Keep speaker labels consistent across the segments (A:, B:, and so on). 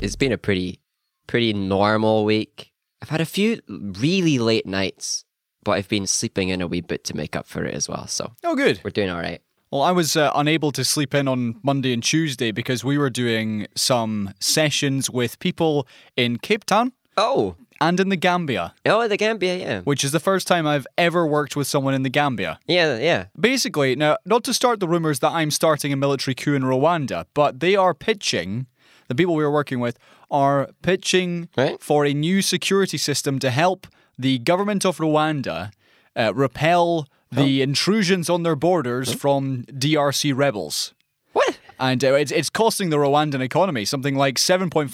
A: it's been a pretty pretty normal week. I've had a few really late nights, but I've been sleeping in a wee bit to make up for it as well. So
B: Oh, good.
A: we're doing all right.
B: Well, I was uh, unable to sleep in on Monday and Tuesday because we were doing some sessions with people in Cape Town
A: Oh,
B: and in the Gambia,
A: oh, the Gambia, yeah,
B: which is the first time I've ever worked with someone in the Gambia.
A: yeah, yeah.
B: Basically, now, not to start the rumours that I'm starting a military coup in Rwanda, but they are pitching, the people we were working with are pitching
A: Right.
B: for a new security system to help the government of Rwanda uh, repel the intrusions on their borders from DRC rebels.
A: What?
B: And uh, it's, it's costing the Rwandan economy something like 7.5%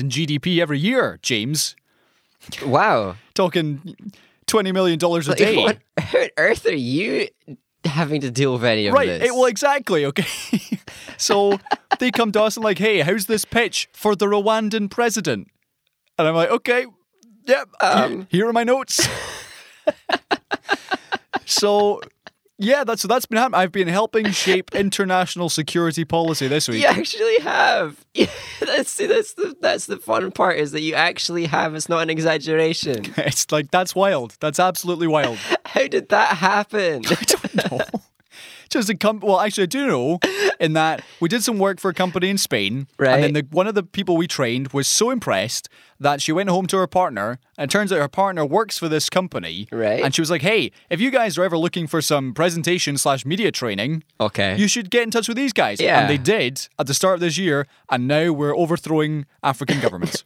B: in GDP every year, James.
A: Wow.
B: Talking $20 million a day.
A: What on earth are you having to deal with any of
B: Right.
A: this?
B: It, well, exactly. Okay. so they come to us and like, hey, how's this pitch for the Rwandan president? And I'm like, okay, yep. Um, here are my notes. so. Yeah, that's that's been happening. I've been helping shape international security policy this week.
A: you actually have. that's that's the that's the fun part is that you actually have. It's not an exaggeration.
B: It's like that's wild. That's absolutely wild.
A: How did that happen?
B: I don't know. Just a com- well, actually, I do know in that we did some work for a company in Spain, and then
A: Right.
B: the, one of the people we trained was so impressed that she went home to her partner, and it turns out her partner works for this company,
A: Right.
B: And she was like, "Hey, if you guys are ever looking for some presentation slash media training,
A: Okay.
B: you should get in touch with these guys."
A: Yeah.
B: and they did at the start of this year, and now we're overthrowing African governments.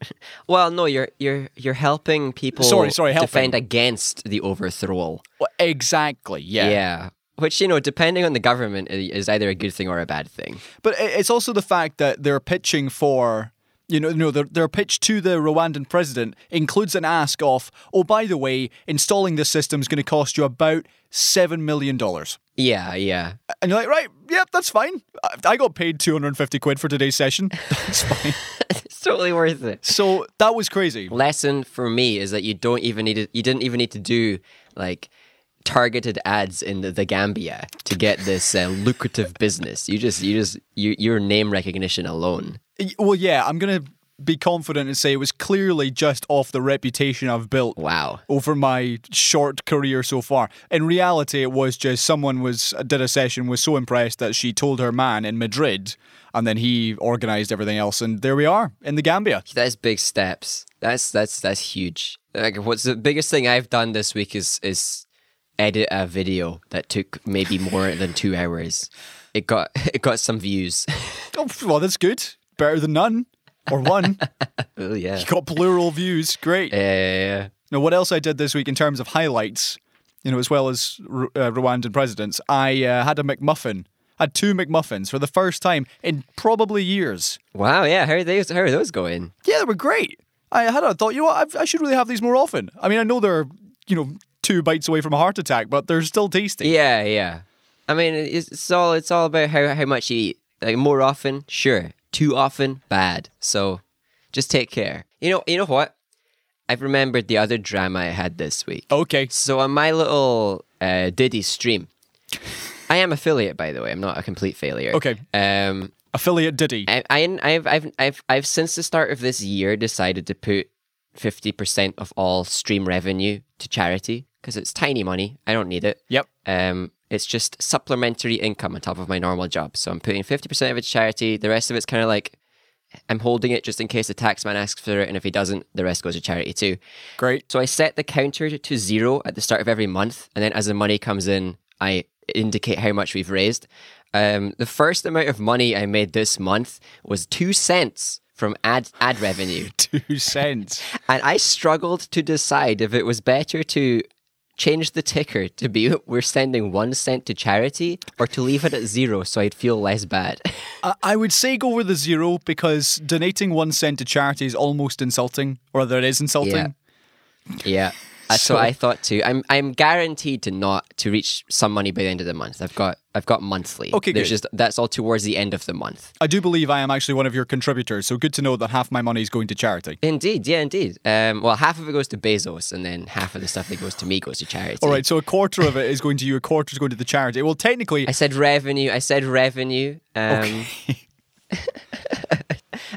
A: well, no, you're you're you're helping people.
B: Sorry, sorry, helping.
A: Defend against the overthrow.
B: Well, exactly, yeah.
A: Which you know, depending on the government, i- is either a good thing or a bad thing.
B: But it- it's also the fact that they're pitching for, you know, no, their, their pitch to the Rwandan president includes an ask of, oh, by the way, installing this system is going to cost you about $7 million. And
A: Yeah, yeah.
B: you're like, right, yep, that's fine. I- I got paid 250 quid for today's session. That's fine.
A: It's totally worth it.
B: so that was crazy.
A: lesson for me is that you don't even need to, you didn't even need to do like targeted ads in the, the Gambia to get this uh, lucrative business. You just you just you, your name recognition alone.
B: Y- Well, yeah, I'm going to be confident and say it was clearly just off the reputation I've built
A: Wow.
B: over my short career so far. In reality, it was just someone was did a session was so impressed that she told her man in Madrid, and then he organised everything else, and there we are in the Gambia.
A: That's big steps. That's that's that's huge. Like what's the biggest thing I've done this week is is edit a video that took maybe more than 2 hours. It got it got some views.
B: Oh, well, that's good. Better than none or one.
A: oh yeah.
B: Got plural views. Great.
A: Uh,
B: Now, what else I did this week in terms of highlights, you know, as well as R- uh, Rwandan presidents, I uh, had a McMuffin. Had two McMuffins for the first time in probably years.
A: wow, yeah. How are those how are those going?
B: Yeah, they were great. I had a thought, you know what, I've, I should really have these more often. I mean, I know they're, you know, two bites away from a heart attack, but they're still tasty.
A: Yeah, yeah. I mean, it's, it's all it's all about how how much you eat. Like more often, sure. Too often, bad. So, just take care. You know, you know what? I've remembered the other drama I had this week.
B: Okay.
A: So on my little uh, Diddy stream, I am affiliate by the way. I'm not a complete failure.
B: Okay.
A: Um,
B: Affiliate Diddy.
A: I, I I've I've I've I've since the start of this year decided to put fifty percent of all stream revenue to charity because it's tiny money. I don't need it.
B: Yep.
A: Um, it's just supplementary income on top of my normal job. So I'm putting 50% of it to charity. The rest of it's kind of like I'm holding it just in case the tax man asks for it. And if he doesn't, the rest goes to charity too.
B: Great.
A: So I set the counter to zero at the start of every month. And then as the money comes in, I indicate how much we've raised. Um, the first amount of money I made this month was two cents from ad ad revenue.
B: Two cents.
A: And I struggled to decide if it was better to change the ticker to be we're sending one cent to charity or to leave it at zero so I'd feel less bad.
B: I, I would say go with the zero because donating one cent to charity is almost insulting, or rather, it is insulting.
A: Yeah. yeah. That's what I thought too. I'm I'm guaranteed to not to reach some money by the end of the month. I've got I've got monthly.
B: Okay,
A: There's
B: good.
A: just that's all towards the end of the month.
B: I do believe I am actually one of your contributors, so good to know that half my money is going to charity.
A: Indeed, yeah, indeed. Um, well, half of it goes to Bezos, and then half of the stuff that goes to me goes to charity.
B: All right, so a quarter of it is going to you, a quarter is going to the charity. Well, technically,
A: I said revenue. I said revenue. Um,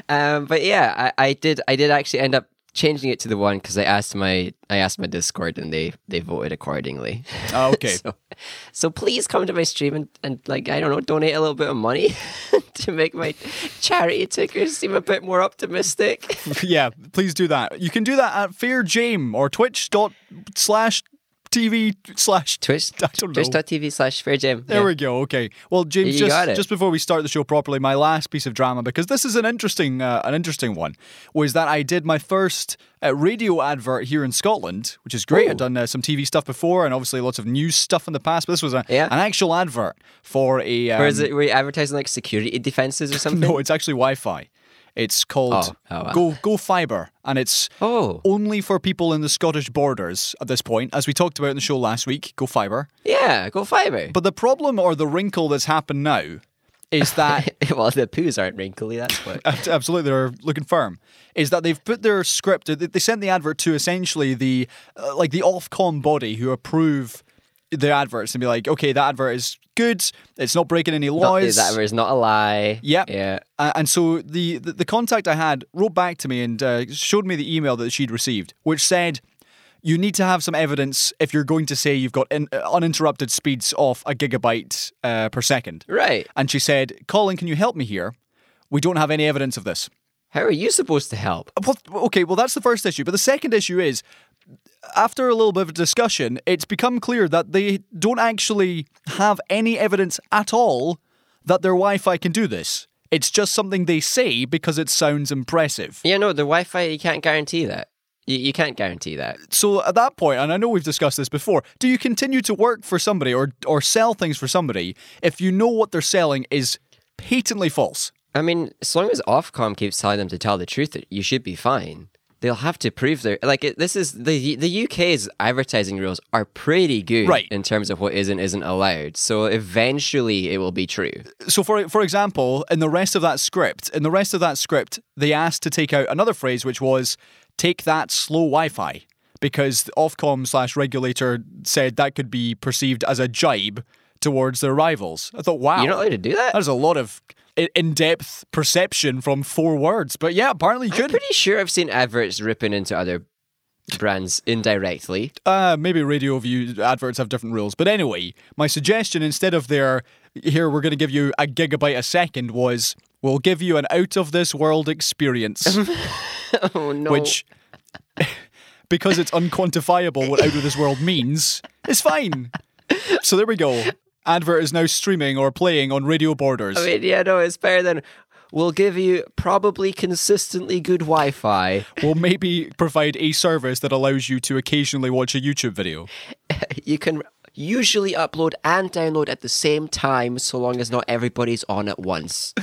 A: Um, but yeah, I, I did. I did actually end up changing it to the one because I asked my I asked my Discord and they they voted accordingly.
B: Oh, okay.
A: so, so please come to my stream and, and like I don't know, donate a little bit of money to make my charity tickers seem a bit more optimistic.
B: yeah, please do that. You can do that at Fair Jame or twitch dot slash TV slash
A: Twitch
B: I don't know.
A: Twitch.tv slash fair jam.
B: There
A: Yeah.
B: we go. Okay. Well, James,
A: You
B: just,
A: got it.
B: just before we start the show properly, my last piece of drama because this is an interesting, uh, an interesting one, was that I did my first uh, radio advert here in Scotland, which is great.
A: Ooh.
B: I've done uh, some TV stuff before and obviously lots of news stuff in the past, but this was a,
A: Yeah.
B: an actual advert for a. Um,
A: Or is it were you advertising like security defenses or something?
B: No, it's actually Wi-Fi. It's called
A: Oh, oh, wow.
B: Go Go Fiber, and it's
A: Oh.
B: only for people in the Scottish borders at this point, as we talked about in the show last week. Go Fiber.
A: Yeah, go fiber.
B: But the problem or the wrinkle that's happened now is that
A: well, the poos aren't wrinkly. That's what.
B: Uh, absolutely they're looking firm. Is that they've put their script? They they sent the advert to essentially the uh, like the Ofcom body who approve the adverts and be like, okay, that advert is good. It's not breaking any
A: Not,
B: laws.
A: that is not a lie.
B: Yep.
A: Yeah.
B: Uh, and so the, the the contact I had wrote back to me and uh, showed me the email that she'd received, which said, "You need to have some evidence if you're going to say you've got in, uh, uninterrupted speeds of a gigabyte uh, per second.
A: Right.
B: And she said, "Colin, can you help me here? We don't have any evidence of this."
A: How are you supposed to help?
B: Well, okay, well that's the first issue, but the second issue is. After a little bit of discussion, it's become clear that they don't actually have any evidence at all that their Wi Fi can do this. It's just something they say because it sounds impressive.
A: Yeah, no, the Wi-Fi you can't guarantee that. You, you can't guarantee that.
B: So at that point, and I know we've discussed this before, do you continue to work for somebody or, or sell things for somebody if you know what they're selling is patently false?
A: I mean, as long as Ofcom keeps telling them to tell the truth, you should be fine. They'll have to prove their like it, this is the the UK's advertising rules are pretty good
B: Right.
A: in terms of what is and isn't allowed. So eventually, it will be true.
B: so for for example, in the rest of that script, in the rest of that script, they asked to take out another phrase, which was "take that slow Wi-Fi," because the Ofcom slash regulator said that could be perceived as a jibe towards their rivals. I thought, wow,
A: You're not allowed to do that.
B: that is a lot of i- in-depth perception from four words. But yeah, apparently you could.
A: Pretty sure I've seen adverts ripping into other brands indirectly.
B: Uh, maybe radio view adverts have different rules. But anyway, my suggestion instead of their here we're going to give you a gigabyte a second was we'll give you an out of this world experience.
A: Oh no!
B: which because it's unquantifiable what out of this world means is fine so there we go advert is now streaming or playing on radio borders
A: I mean, Oh, yeah, no, it's better than we'll give you probably consistently good Wi-Fi.
B: will maybe provide a service that allows you to occasionally watch a youtube video
A: you can usually upload and download at the same time so long as not everybody's on at once.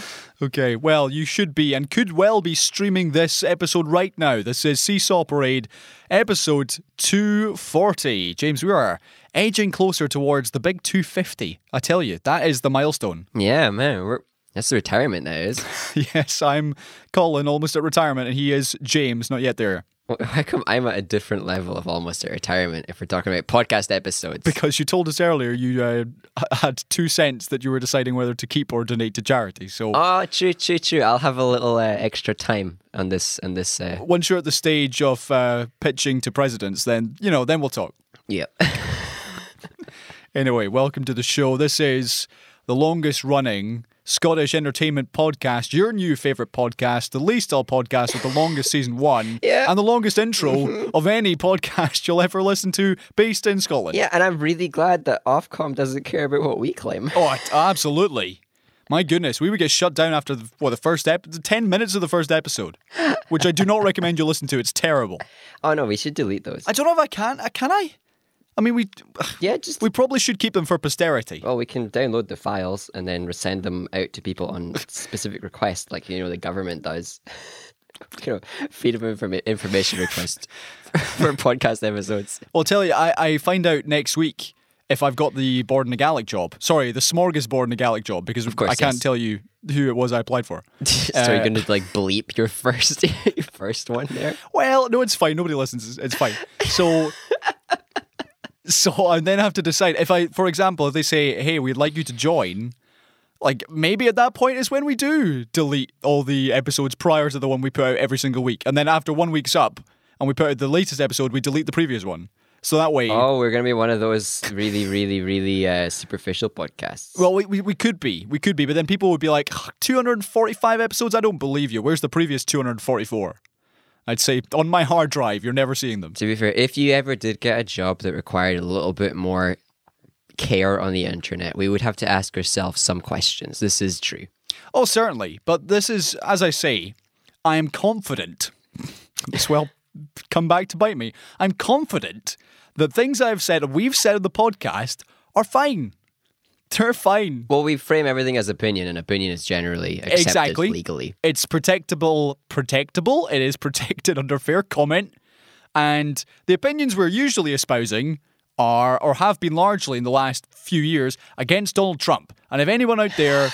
B: okay well you should be and could well be streaming this episode right now this is seesaw parade episode 240 james we are edging closer towards the big 250 i tell you that is the milestone
A: Yeah, man. We're, that's the retirement that is.
B: Yes, I'm Colin, almost at retirement, and he is James, not yet there.
A: How come I'm at a different level of almost at retirement if we're talking about podcast episodes?
B: Because you told us earlier you uh, h- had two cents that you were deciding whether to keep or donate to charity. So
A: oh, true, true, true. I'll have a little uh, extra time on this, on this. Uh,
B: once you're at the stage of uh, pitching to presidents, then you know, then we'll talk.
A: yeah.
B: Anyway, welcome to the show. This is the longest running Scottish entertainment podcast, your new favourite podcast, the least all podcast with the longest season one,
A: Yeah. Mm-hmm.
B: and the longest intro of any podcast you'll ever listen to based in Scotland.
A: yeah, and I'm really glad that Ofcom doesn't care about what we claim.
B: Oh, I- absolutely. My goodness, we would get shut down after the, what the first ep- the ten minutes of the first episode, which I do not recommend you listen to. It's terrible.
A: Oh, no, we should delete those.
B: I don't know if I can. uh, Can I? I mean, we
A: yeah, just.
B: we probably should keep them for posterity.
A: well, we can download the files and then send them out to people on specific request, like you know the government does. you know, freedom of informa- information request for podcast episodes.
B: Well, I'll tell you, I, I find out next week if I've got the board and a Gaelic job. Sorry, the smorgasbord and a Gaelic job because
A: course,
B: I can't
A: yes.
B: tell you who it was I applied for.
A: so you're going to like bleep your first your first one there.
B: Well, no, it's fine. Nobody listens. It's- It's fine. So, so I then have to decide if I, for example, if they say, "Hey, we'd like you to join," Like maybe at that point is when we do delete all the episodes prior to the one we put out every single week, and then after one week's up and we put out the latest episode, we delete the previous one. So that way,
A: Oh, we're gonna be one of those really, really, really uh, superficial podcasts.
B: well, we, we, we could be, we could be, but then people would be like, 245 episodes. I don't believe you. Where's the previous 244? I'd say on my hard drive, you're never seeing them.
A: to be fair, if you ever did get a job that required a little bit more care on the internet, we would have to ask ourselves some questions. This is true.
B: Oh, certainly. But this is, as I say, I am confident. This will come back to bite me. I'm confident that things I've said, we've said on the podcast, are fine. They're fine.
A: Well, we frame everything as opinion, and opinion is generally accepted
B: Exactly.
A: legally.
B: It's protectable, protectable. It is protected under fair comment. And the opinions we're usually espousing are, or have been largely in the last few years, against Donald Trump. And if anyone out there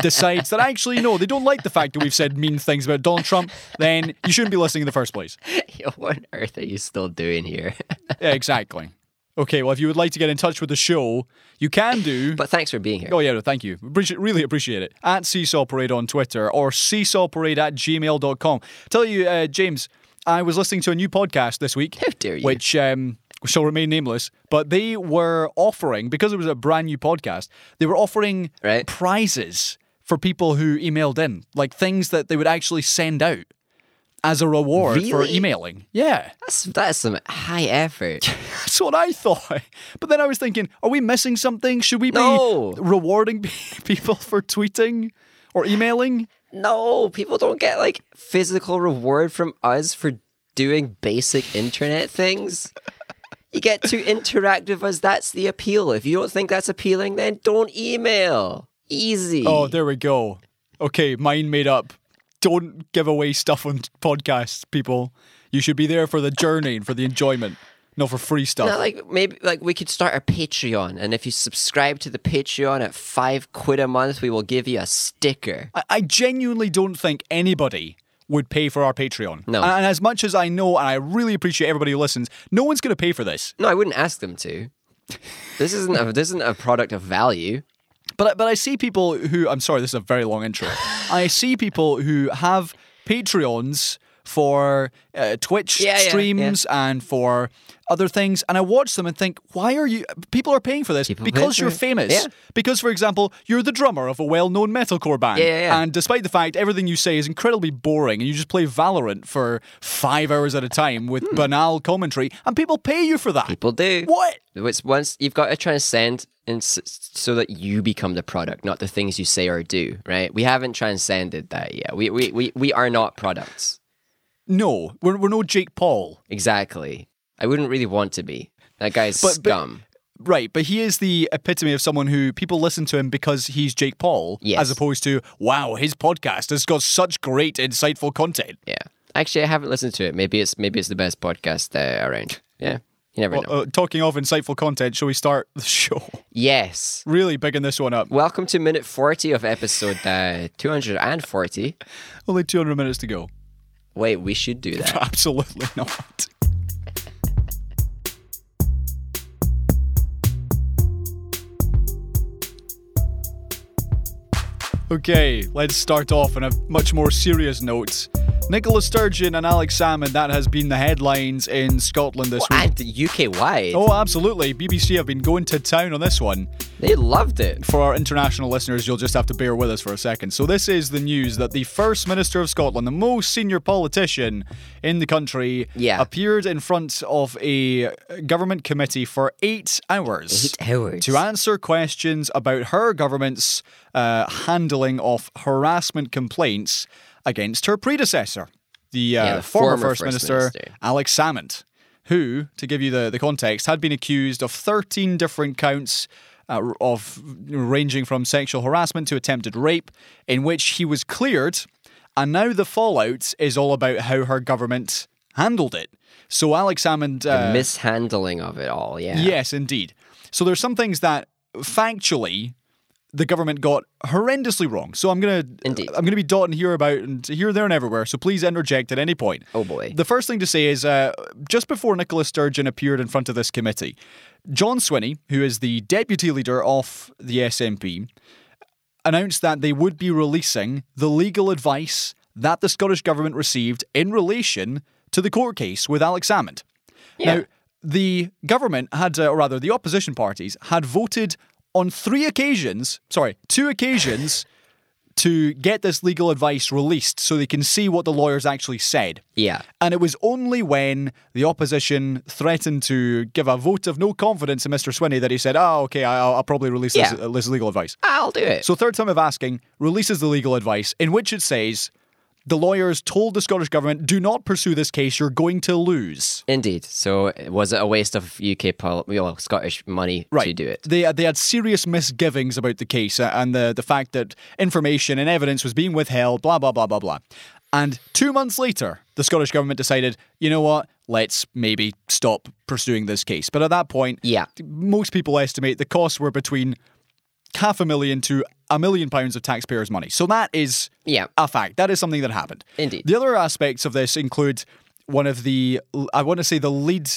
B: decides that actually, no, they don't like the fact that we've said mean things about Donald Trump, then you shouldn't be listening in the first place.
A: Yo, what on earth are you still doing here?
B: Yeah, exactly. Okay, well, if you would like to get in touch with the show, you can do.
A: but thanks for being here.
B: Oh, yeah, no, thank you. Appreciate, really appreciate it. At Seesaw Parade on Twitter or seesawparade at gmail.com. Tell you, uh, James, I was listening to a new podcast this week.
A: How dare you?
B: Which um, shall remain nameless, but they were offering, because it was a brand new podcast, they were offering
A: Right.
B: prizes for people who emailed in, like things that they would actually send out as a reward for
A: Really?
B: emailing. Yeah.
A: That's, that's some high effort.
B: That's what I thought. But then I was thinking, are we missing something? Should we
A: No.
B: be rewarding people for tweeting or emailing?
A: No, people don't get like physical reward from us for doing basic internet things. You get to interact with us. That's the appeal. If you don't think that's appealing, then don't email. Easy.
B: Oh, there we go. Okay, mine made up. Don't give away stuff on podcasts, people. You should be there for the journey and for the enjoyment, not for free stuff.
A: Now, like maybe like we could start a Patreon, and if you subscribe to the Patreon at five quid a month, we will give you a sticker.
B: I, I genuinely don't think anybody would pay for our Patreon.
A: No.
B: And, and as much as I know, and I really appreciate everybody who listens, no one's going to pay for this.
A: No, I wouldn't ask them to. This isn't a, this isn't a product of value.
B: But but I see people who I'm sorry, this is a very long intro. I see people who have Patreons for uh, Twitch
A: Yeah, yeah, yeah.
B: streams and for other things, and I watch them and think, why are you? People are paying for this
A: People pay
B: because
A: for
B: you're
A: it.
B: famous.
A: Yeah.
B: Because, for example, you're the drummer of a well-known metalcore band,
A: Yeah, yeah, yeah.
B: and despite the fact everything you say is incredibly boring, and you just play Valorant for five hours at a time with banal commentary, and people pay you for that.
A: Hmm. People do.
B: What?
A: It's once you've got to transcend and s- so that you become the product, not the things you say or do. Right? We haven't transcended that yet. We we we, we are not products.
B: No, we're we're no Jake Paul.
A: Exactly. I wouldn't really want to be. That guy's
B: but-
A: scum.
B: Right, but he is the epitome of someone who people listen to him because he's Jake Paul,
A: Yes.
B: as opposed to wow, his podcast has got such great, insightful content.
A: yeah. Actually, I haven't listened to it. Maybe it's maybe it's the best podcast uh, around. Yeah. You never know.
B: Uh, talking of insightful content, shall we start the show?
A: yes.
B: Really bigging this one up.
A: Welcome to minute forty of episode uh, two hundred and forty.
B: Only 200 minutes to go.
A: Wait, we should do that.
B: Absolutely not. Okay, let's start off on a much more serious note. Nicola Sturgeon and Alex Salmon, that has been the headlines in Scotland this week.
A: And the UK wide,
B: Oh, absolutely. BBC have been going to town on this one.
A: they loved it.
B: For our international listeners, you'll just have to bear with us for a second. So, this is the news that the First Minister of Scotland, the most senior politician in the country,
A: Yeah.
B: appeared in front of a government committee for eight hours.
A: Eight hours.
B: To answer questions about her government's uh, handling of harassment complaints against her predecessor, the, uh,
A: Yeah, the
B: former,
A: former
B: First,
A: First
B: Minister,
A: Minister.
B: Alex Salmond, who, to give you the, the context, had been accused of 13 different counts. Uh, of ranging from sexual harassment to attempted rape, in which he was cleared, and now the fallout is all about how her government handled it. So Alex Salmond uh,
A: mishandling of it all. Yeah.
B: Yes, indeed. So there's some things that factually the government got horrendously wrong. So I'm gonna
A: Indeed.
B: I'm gonna be dotting here about and here, there, and everywhere. So please interject at any point.
A: Oh, boy.
B: The first thing to say is uh, just before Nicola Sturgeon appeared in front of this committee, John Swinney, who is the deputy leader of the SNP, announced that they would be releasing the legal advice that the Scottish government received in relation to the court case with Alex Salmond. Now, the government had, uh, or rather, the opposition parties had voted on three occasions, sorry, two occasions, to get this legal advice released so they can see what the lawyers actually said.
A: Yeah.
B: And it was only when the opposition threatened to give a vote of no confidence in Mr. Swinney that he said, oh, okay, I- I'll, I'll probably release this,
A: Yeah.
B: uh, this legal advice.
A: I'll do it.
B: So, third time of asking, releases the legal advice in which it says the lawyers told the Scottish government, do not pursue this case, you're going to lose.
A: Indeed. So was it a waste of UK pol- well, Scottish money to do it?
B: They, they had serious misgivings about the case uh, and the, the fact that information and evidence was being withheld, blah, blah, blah, blah, blah. And two months later, the Scottish government decided, you know what, let's maybe stop pursuing this case. But at that point,
A: Yeah.
B: most people estimate the costs were between half a million to a million pounds of taxpayers' money. So that is
A: Yeah.
B: a fact. That is something that happened.
A: Indeed.
B: The other aspects of this include one of the, I want to say, the lead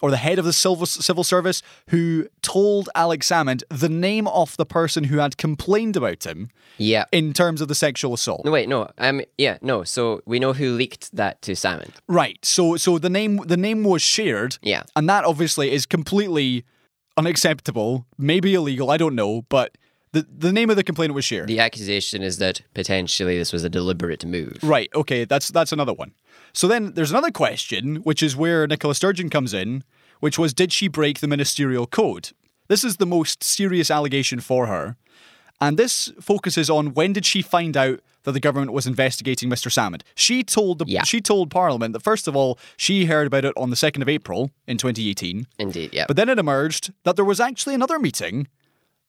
B: or the head of the civil, civil service who told Alex Salmond the name of the person who had complained about him
A: Yeah.
B: in terms of the sexual assault.
A: No, wait, no. Um, yeah, no. So we know who leaked that to Salmon.
B: Right. So so the name the name was shared.
A: Yeah.
B: And that obviously is completely unacceptable, maybe illegal, I don't know, but the, the name of the complainant was shared.
A: The accusation is that potentially this was a deliberate move.
B: Right. Okay. That's that's another one. So then there's another question, which is where Nicola Sturgeon comes in, which was did she break the ministerial code? This is the most serious allegation for her, and this focuses on when did she find out that the government was investigating Mr. Salmond? She told the
A: Yeah.
B: she told Parliament that first of all she heard about it on the second of April in 2018,
A: Indeed, yeah.
B: but then it emerged that there was actually another meeting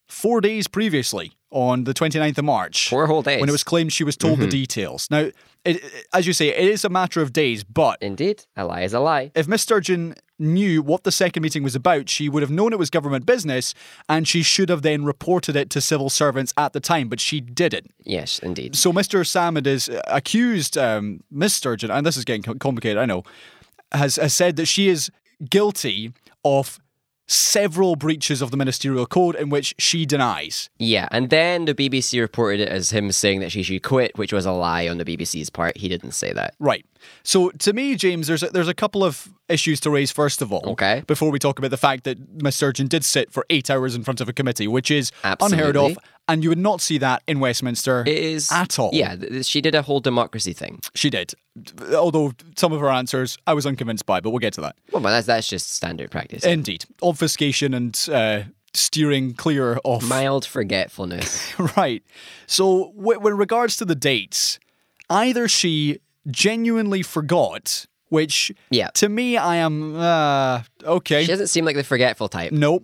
B: four days previously on the 29th of March.
A: Four whole days. Mm-hmm.
B: When it was claimed she was told the details. Now, it, it- as you say, it is a matter of days, but
A: Indeed, a lie is a lie.
B: if Miss Sturgeon knew what the second meeting was about, she would have known it was government business and she should have then reported it to civil servants at the time, but she didn't.
A: Yes, indeed.
B: So Mr. Samad is uh, accused, um, Miss Sturgeon, and this is getting co- complicated, I know, has, has said that she is guilty of several breaches of the ministerial code in which she denies.
A: Yeah, and then the BBC reported it as him saying that she should quit, which was a lie on the BBC's part. He didn't say that.
B: Right. So to me, James, there's a, there's a couple of issues to raise first of all.
A: Okay.
B: Before we talk about the fact that Miss Sturgeon did sit for eight hours in front of a committee, which is unheard of,
A: Absolutely.
B: and you would not see that in Westminster
A: It is
B: at all.
A: Yeah, th- th- she did a whole democracy thing.
B: she did. Although some of her answers I was unconvinced by, but we'll get to that.
A: Well, but that's that's just standard practice.
B: Indeed, obfuscation and uh, steering clear of
A: Mild forgetfulness.
B: right. So, w- with regards to the dates, either she genuinely forgot, which
A: Yeah.
B: to me I am uh, okay,
A: she doesn't seem like the forgetful type.
B: nope,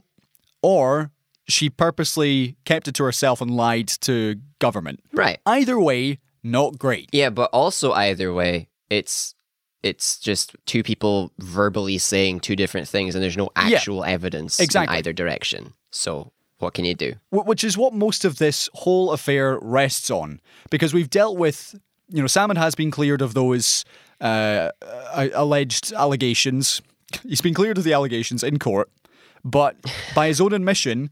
B: or she purposely kept it to herself and lied to government.
A: Right.
B: Either way, not great.
A: Yeah, but also either way, it's it's just two people verbally saying two different things, and there's no actual evidence
B: exactly.
A: in either direction. So what can you do?
B: Wh- which is what most of this whole affair rests on because we've dealt with you know salmon has been cleared of those uh, a- alleged allegations he's been cleared of the allegations in court but by his own admission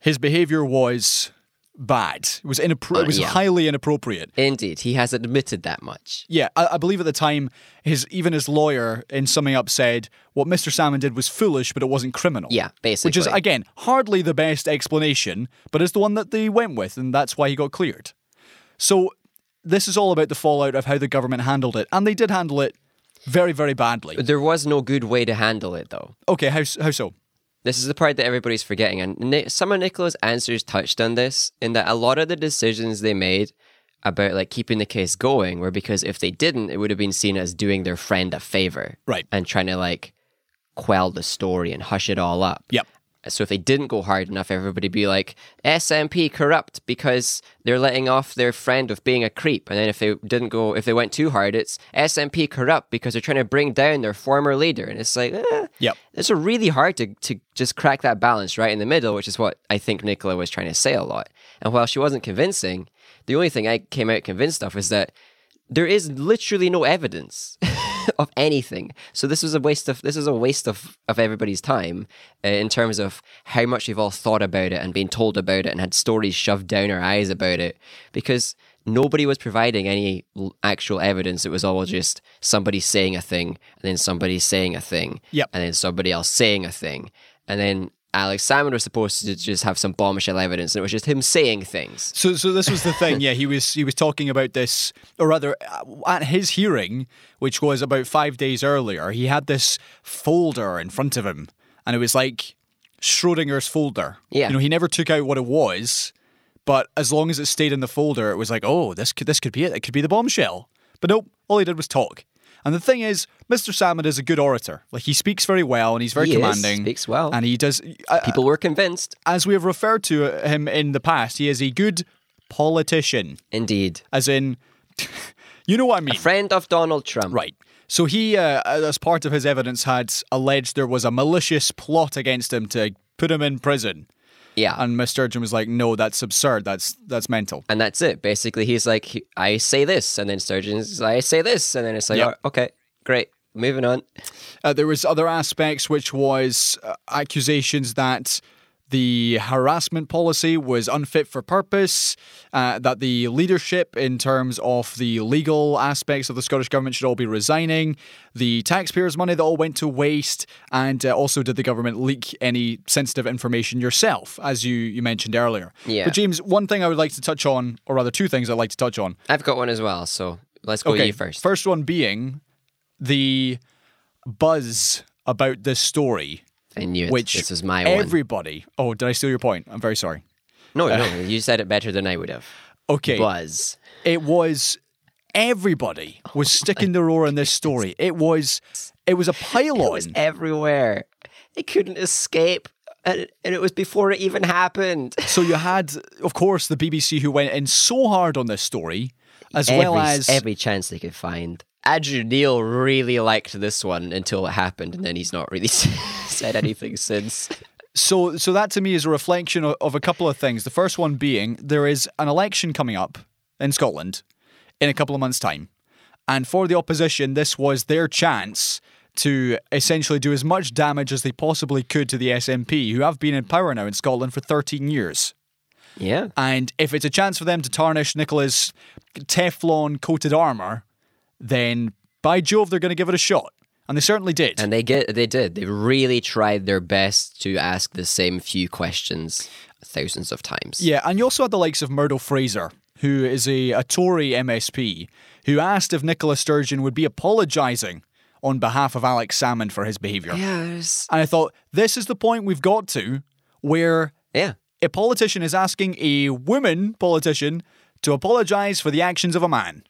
B: his behavior was bad it was inappro- it was
A: Uh, yeah.
B: highly inappropriate
A: Indeed, he has admitted that much.
B: yeah, I, I believe at the time his even his lawyer in summing up said what Mr. Salmon did was foolish, but it wasn't criminal.
A: Yeah, basically.
B: Which is, again, hardly the best explanation, but it's the one that they went with, and that's why he got cleared. So, this is all about the fallout of how the government handled it, and they did handle it very, very badly.
A: there was no good way to handle it, though.
B: Okay, how, s- how so?
A: This is the part that everybody's forgetting, and Ni- some of Nicola's answers touched on this, in that a lot of the decisions they made about like keeping the case going were because if they didn't, it would have been seen as doing their friend a favor,
B: Right.
A: and trying to like quell the story and hush it all up.
B: Yep.
A: So if they didn't go hard enough, everybody'd be like SMP corrupt because they're letting off their friend of being a creep. And then if they didn't go, if they went too hard, it's SMP corrupt because they're trying to bring down their former leader. And it's like, eh.
B: Yep.
A: It's really hard to, to just crack that balance right in the middle, which is what I think Nicola was trying to say a lot. And while she wasn't convincing, the only thing I came out convinced of is that there is literally no evidence. of anything. So this was a waste of this is a waste of of everybody's time uh, in terms of how much we've all thought about it and been told about it and had stories shoved down our eyes about it because nobody was providing any l- actual evidence. It was all just somebody saying a thing and then somebody saying a thing
B: Yep.
A: and then somebody else saying a thing and then. Alex Salmon was supposed to just have some bombshell evidence, and it was just him saying things.
B: So, so this was the thing. Yeah, he was he was talking about this, or rather, uh, at his hearing, which was about five days earlier, he had this folder in front of him, and it was like Schrodinger's folder.
A: Yeah.
B: you know, he never took out what it was, but as long as it stayed in the folder, it was like, oh, this could this could be it. It could be the bombshell. But nope, all he did was talk. And the thing is, Mr. Salmon is a good orator. Like he speaks very well, and he's very
A: He is,
B: commanding.
A: speaks well.
B: and he does. I-
A: People were convinced.
B: as we have referred to him in the past, he is a good politician,
A: Indeed.
B: as in, you know what I mean,
A: Friend of Donald Trump.
B: right? So he, uh, as part of his evidence, had alleged there was a malicious plot against him to put him in prison,
A: Yeah.
B: and Miss Sturgeon was like, "No, that's absurd. That's that's mental."
A: and that's it. Basically, he's like, he- I say this, and then Sturgeon's I say this, and then it's like,
B: Yep.
A: "Oh, okay, great, moving on.
B: Uh, there was other aspects, which was uh, accusations that the harassment policy was unfit for purpose, uh, that the leadership in terms of the legal aspects of the Scottish government should all be resigning, the taxpayers' money that all went to waste, and uh, also did the government leak any sensitive information yourself, as you, you mentioned earlier.
A: Yeah.
B: But James, one thing I would like to touch on, or rather two things I'd like to touch on,
A: I've got one as well, so let's go you first.
B: one being the buzz about this story,
A: I knew it.
B: which
A: this was my one.
B: everybody. Oh, did I steal your point? I'm very sorry.
A: No, no, you said it better than I would have.
B: Okay,
A: Buzz.
B: it was everybody was sticking their oar in this story. It was it was a
A: It was
B: pylon.
A: everywhere. It couldn't escape, and it, and it was before it even happened.
B: So you had, of course, the BBC who went in so hard on this story, as
A: every,
B: well as
A: every chance they could find. Andrew Neil really liked this one until it happened, and then he's not really said anything since.
B: So, so that to me is a reflection of, of a couple of things. The first one being there is an election coming up in Scotland in a couple of months' time, and for the opposition, this was their chance to essentially do as much damage as they possibly could to the SNP, who have been in power now in Scotland for 13 years.
A: Yeah.
B: And if it's a chance for them to tarnish Nicola's Teflon coated armor, then by Jove, they're going to give it a shot, and they certainly did.
A: And they get they did. They really tried their best to ask the same few questions thousands of times.
B: Yeah, and you also had the likes of Myrtle Fraser, who is a, a Tory MSP, who asked if Nicola Sturgeon would be apologising on behalf of Alex Salmond for his behaviour.
A: Yes.
B: And I thought, this is the point we've got to where
A: Yeah.
B: a politician is asking a woman politician to apologise for the actions of a man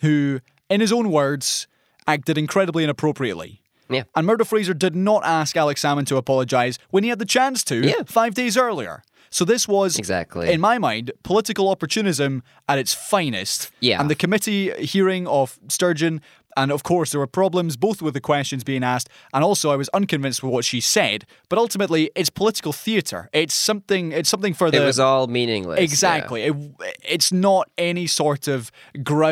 B: who, in his own words, acted incredibly inappropriately.
A: Yeah.
B: And Murdo Fraser did not ask Alex Salmon to apologise when he had the chance to
A: Yeah.
B: five days earlier. So this was
A: Exactly.
B: in my mind, political opportunism at its finest.
A: Yeah.
B: And the committee hearing of Sturgeon, and of course there were problems both with the questions being asked, and also I was unconvinced with what she said. But ultimately, it's political theatre. It's something. It's something for the
A: It was all meaningless. yeah.
B: Exactly. It, it's not any sort of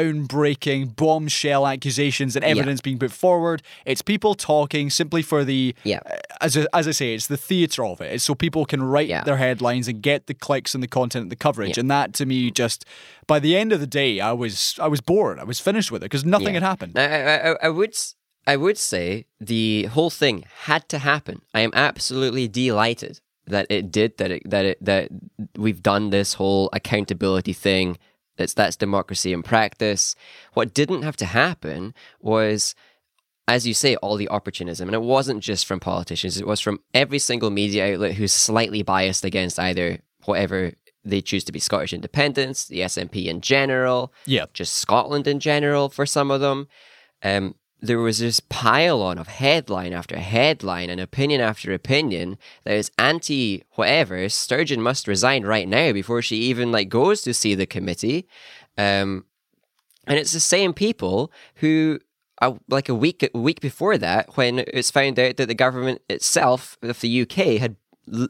B: groundbreaking bombshell accusations and evidence being put forward. It's people talking simply for the uh,
A: Yeah.
B: As I, as I say, it's the theatre of it. It's so people can write
A: Yeah.
B: their headlines and get the clicks and the content and the coverage. And that to me, just by the end of the day, I was I was bored. I was finished with it because nothing had happened.
A: I, I, I- I would s- I would say the whole thing had to happen. I am absolutely delighted that it did that it that it that we've done this whole accountability thing. That's that's democracy in practice. What didn't have to happen was as you say, all the opportunism. And it wasn't just from politicians, it was from every single media outlet who's slightly biased against either whatever they choose to be Scottish independence, the SNP in general,
B: Yeah.
A: just Scotland in general for some of them. Um, there was this pile on of headline after headline and opinion after opinion that is anti whatever. Sturgeon must resign right now before she even like goes to see the committee. Um, and it's the same people who, uh, like a week a week before that, when it's found out that the government itself of the UK had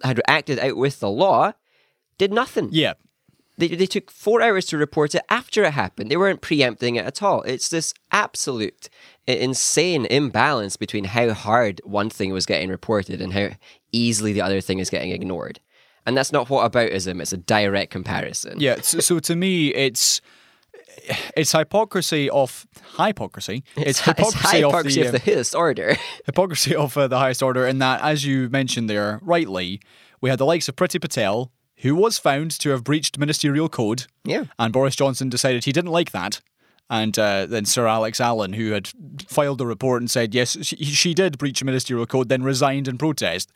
A: had acted out with the law, did nothing.
B: Yeah.
A: They, they took four hours to report it after it happened. They weren't preempting it at all. It's this absolute i- insane imbalance between how hard one thing was getting reported and how easily the other thing is getting ignored. And that's not whataboutism, it's a direct comparison.
B: Yeah. So, so to me, it's it's hypocrisy of hypocrisy. It's, hypocrisy,
A: hypocrisy
B: of the, um,
A: of the highest order.
B: hypocrisy of uh, the highest order. In that, as you mentioned there, rightly, we had the likes of Priti Patel, who was found to have breached ministerial code.
A: Yeah.
B: And Boris Johnson decided he didn't like that. And uh, then Sir Alex Allen, who had filed a report and said, yes, she, she did breach ministerial code, then resigned in protest.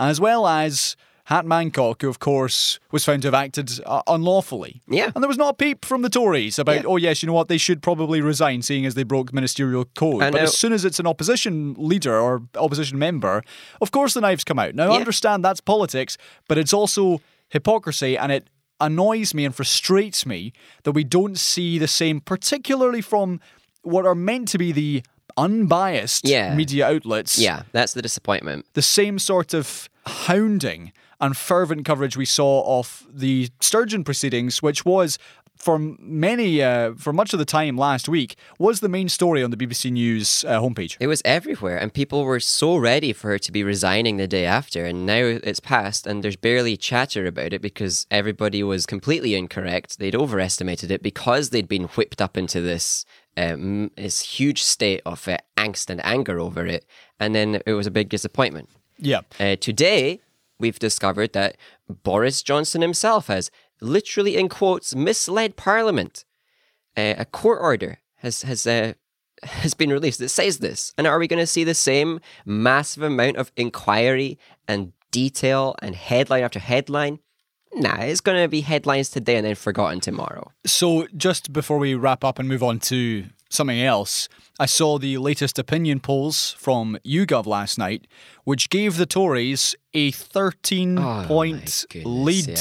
B: As well as Hat Mancock, who, of course, was found to have acted uh, unlawfully.
A: Yeah.
B: And there was not a peep from the Tories about,
A: Yeah.
B: oh, yes, you know what, they should probably resign, seeing as they broke ministerial code.
A: I
B: but
A: know-
B: as soon as it's an opposition leader or opposition member, of course the knives come out. Now, I
A: Yeah.
B: understand that's politics, but it's also hypocrisy and it annoys me and frustrates me that we don't see the same, particularly from what are meant to be the unbiased
A: Yeah.
B: media outlets,
A: yeah, that's the disappointment.
B: the same sort of hounding and fervent coverage we saw of the Sturgeon proceedings, which was for many, uh, for much of the time last week, was the main story on the BBC News uh, homepage.
A: It was everywhere, and people were so ready for her to be resigning the day after. And now it's passed, and there's barely chatter about it because everybody was completely incorrect. They'd overestimated it because they'd been whipped up into this um, this huge state of uh, angst and anger over it, and then it was a big disappointment.
B: Yeah.
A: Uh, today, we've discovered that Boris Johnson himself has literally, in quotes, misled Parliament. Uh, a court order has has uh, has been released that says this. And are we going to see the same massive amount of inquiry and detail and headline after headline? Nah, it's going to be headlines today and then forgotten tomorrow.
B: So, just before we wrap up and move on to something else, I saw the latest opinion polls from YouGov last night, which gave the Tories a 13 point
A: Oh goodness,
B: lead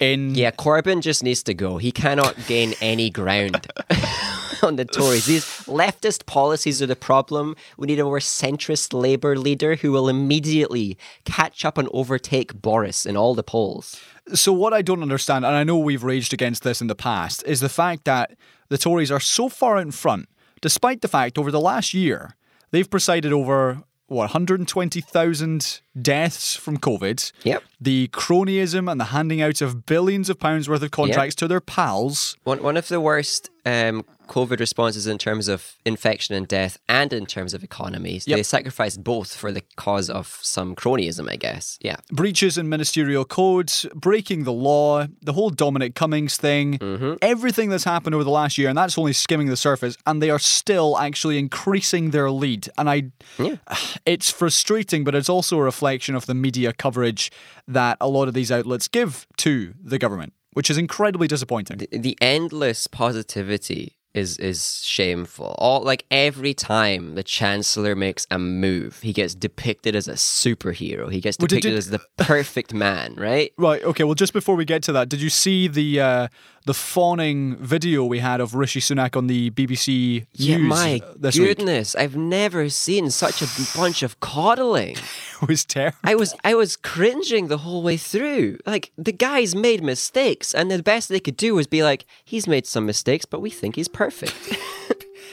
B: in.
A: Yeah, Corbyn just needs to go. He cannot gain any ground on the Tories. These leftist policies are the problem. We need a more centrist Labour leader who will immediately catch up and overtake Boris in all the polls.
B: So, what I don't understand, and I know we've raged against this in the past, is the fact that the Tories are so far out in front, despite the fact over the last year, they've presided over. What 120,000 deaths from COVID?
A: Yep.
B: The cronyism and the handing out of billions of pounds worth of contracts to their pals.
A: One one of the worst um, COVID responses in terms of infection and death, and in terms of economies. They sacrificed both for the cause of some cronyism, I guess. Yeah,
B: breaches in ministerial codes, breaking the law, the whole Dominic Cummings thing,
A: Mm-hmm.
B: everything that's happened over the last year, and that's only skimming the surface. And they are still actually increasing their lead. And I, it's frustrating, but it's also a reflection of the media coverage that a lot of these outlets give to the government, which is incredibly disappointing.
A: the endless positivity is is shameful. All like every time the chancellor makes a move, he gets depicted as a superhero. He gets
B: did
A: depicted
B: you-
A: as the perfect man, right?
B: Right. Okay. Well, just before we get to that, did you see the uh, the fawning video we had of Rishi Sunak on the BBC
A: Yeah,
B: News
A: my
B: this week?
A: goodness, I've never seen such a bunch of coddling.
B: It was terrible.
A: I was I was cringing the whole way through. Like the guys made mistakes, and the best they could do was be like, "He's made some mistakes, but we think he's perfect.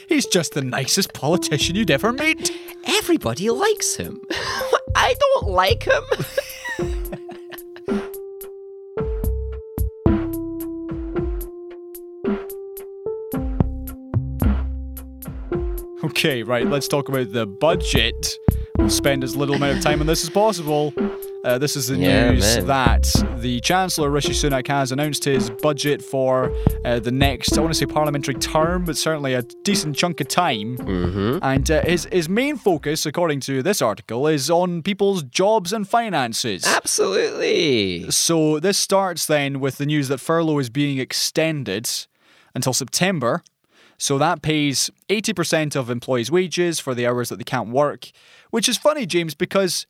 B: He's just the nicest politician you'd ever meet.
A: Everybody likes him. I don't like him."
B: Okay, right, let's talk about the budget. We'll spend as little amount of time on this as possible. Uh, this is the
A: Yeah,
B: news
A: man.
B: that the Chancellor Rishi Sunak has announced his budget for uh, the next, I want to say parliamentary term, but certainly a decent chunk of time.
A: Mm-hmm.
B: And uh, his, his main focus, according to this article, is on people's jobs and finances.
A: Absolutely.
B: So this starts then with the news that furlough is being extended until September. So that pays 80% of employees' wages for the hours that they can't work, which is funny, James, because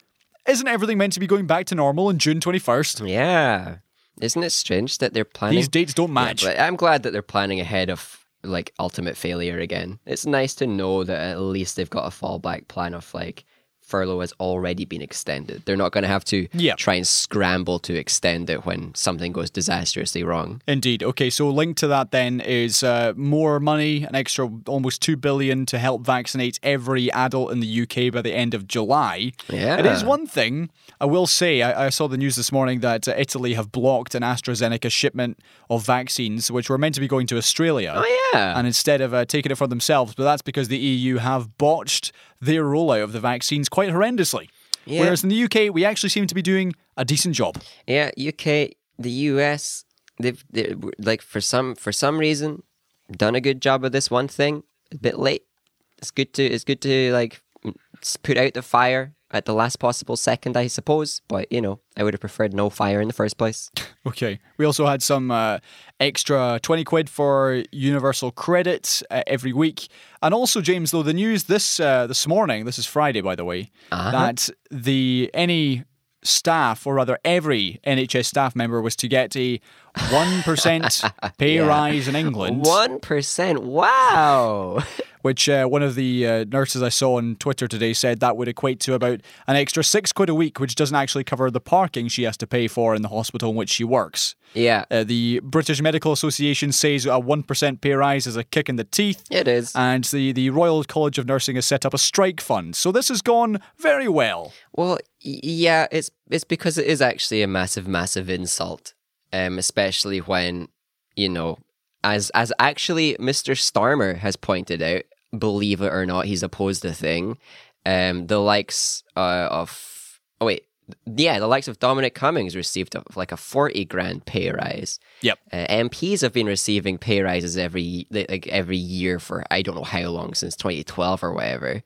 B: isn't everything meant to be going back to normal on June 21st?
A: Yeah. Isn't it strange that they're planning?
B: These dates don't match.
A: But I'm glad that they're planning ahead of like ultimate failure again. It's nice to know that at least they've got a fallback plan of like furlough has already been extended. They're not going to have to
B: Yeah.
A: try and scramble to extend it when something goes disastrously wrong.
B: Indeed. Okay, so linked to that then is uh, more money, an extra almost two billion to help vaccinate every adult in the UK by the end of July.
A: Yeah.
B: It is one thing I will say. I, I saw the news this morning that uh, Italy have blocked an AstraZeneca shipment of vaccines, which were meant to be going to Australia.
A: Oh, yeah.
B: And instead of uh, taking it for themselves, but that's because the EU have botched their rollout of the vaccines quite horrendously.
A: Yeah.
B: Whereas in the UK, we actually seem to be doing a decent job.
A: Yeah, UK, the US, they've they, like for some for some reason done a good job of this one thing. A bit late. It's good to it's good to like s- put out the fire at the last possible second, I suppose. But you know, I would have preferred no fire in the first place.
B: Okay. We also had some uh, extra 20 quid for universal credits uh, every week. And also, James, though, the news this uh, this morning, this is Friday, by the way, that the any staff, or rather every NHS staff member, was to get a 1% pay rise in England,
A: One percent. Wow.
B: which uh, one of the uh, nurses I saw on Twitter today said that would equate to about an extra six quid a week, which doesn't actually cover the parking she has to pay for in the hospital in which she works.
A: yeah,
B: Uh, the British Medical Association says a 1% pay rise is a kick in the teeth.
A: it is.
B: And the, the Royal College of Nursing has set up a strike fund. So this has gone very well.
A: Well, y- yeah, it's it's because it is actually a massive, massive insult, um, especially when you know, as as actually Mr. Starmer has pointed out, believe it or not, he's opposed the thing. Um, the likes uh, of oh wait, yeah, the likes of Dominic Cummings received a, like a forty grand pay rise.
B: Yep.
A: Uh, MPs have been receiving pay rises every like every year for I don't know how long since 2012 or whatever.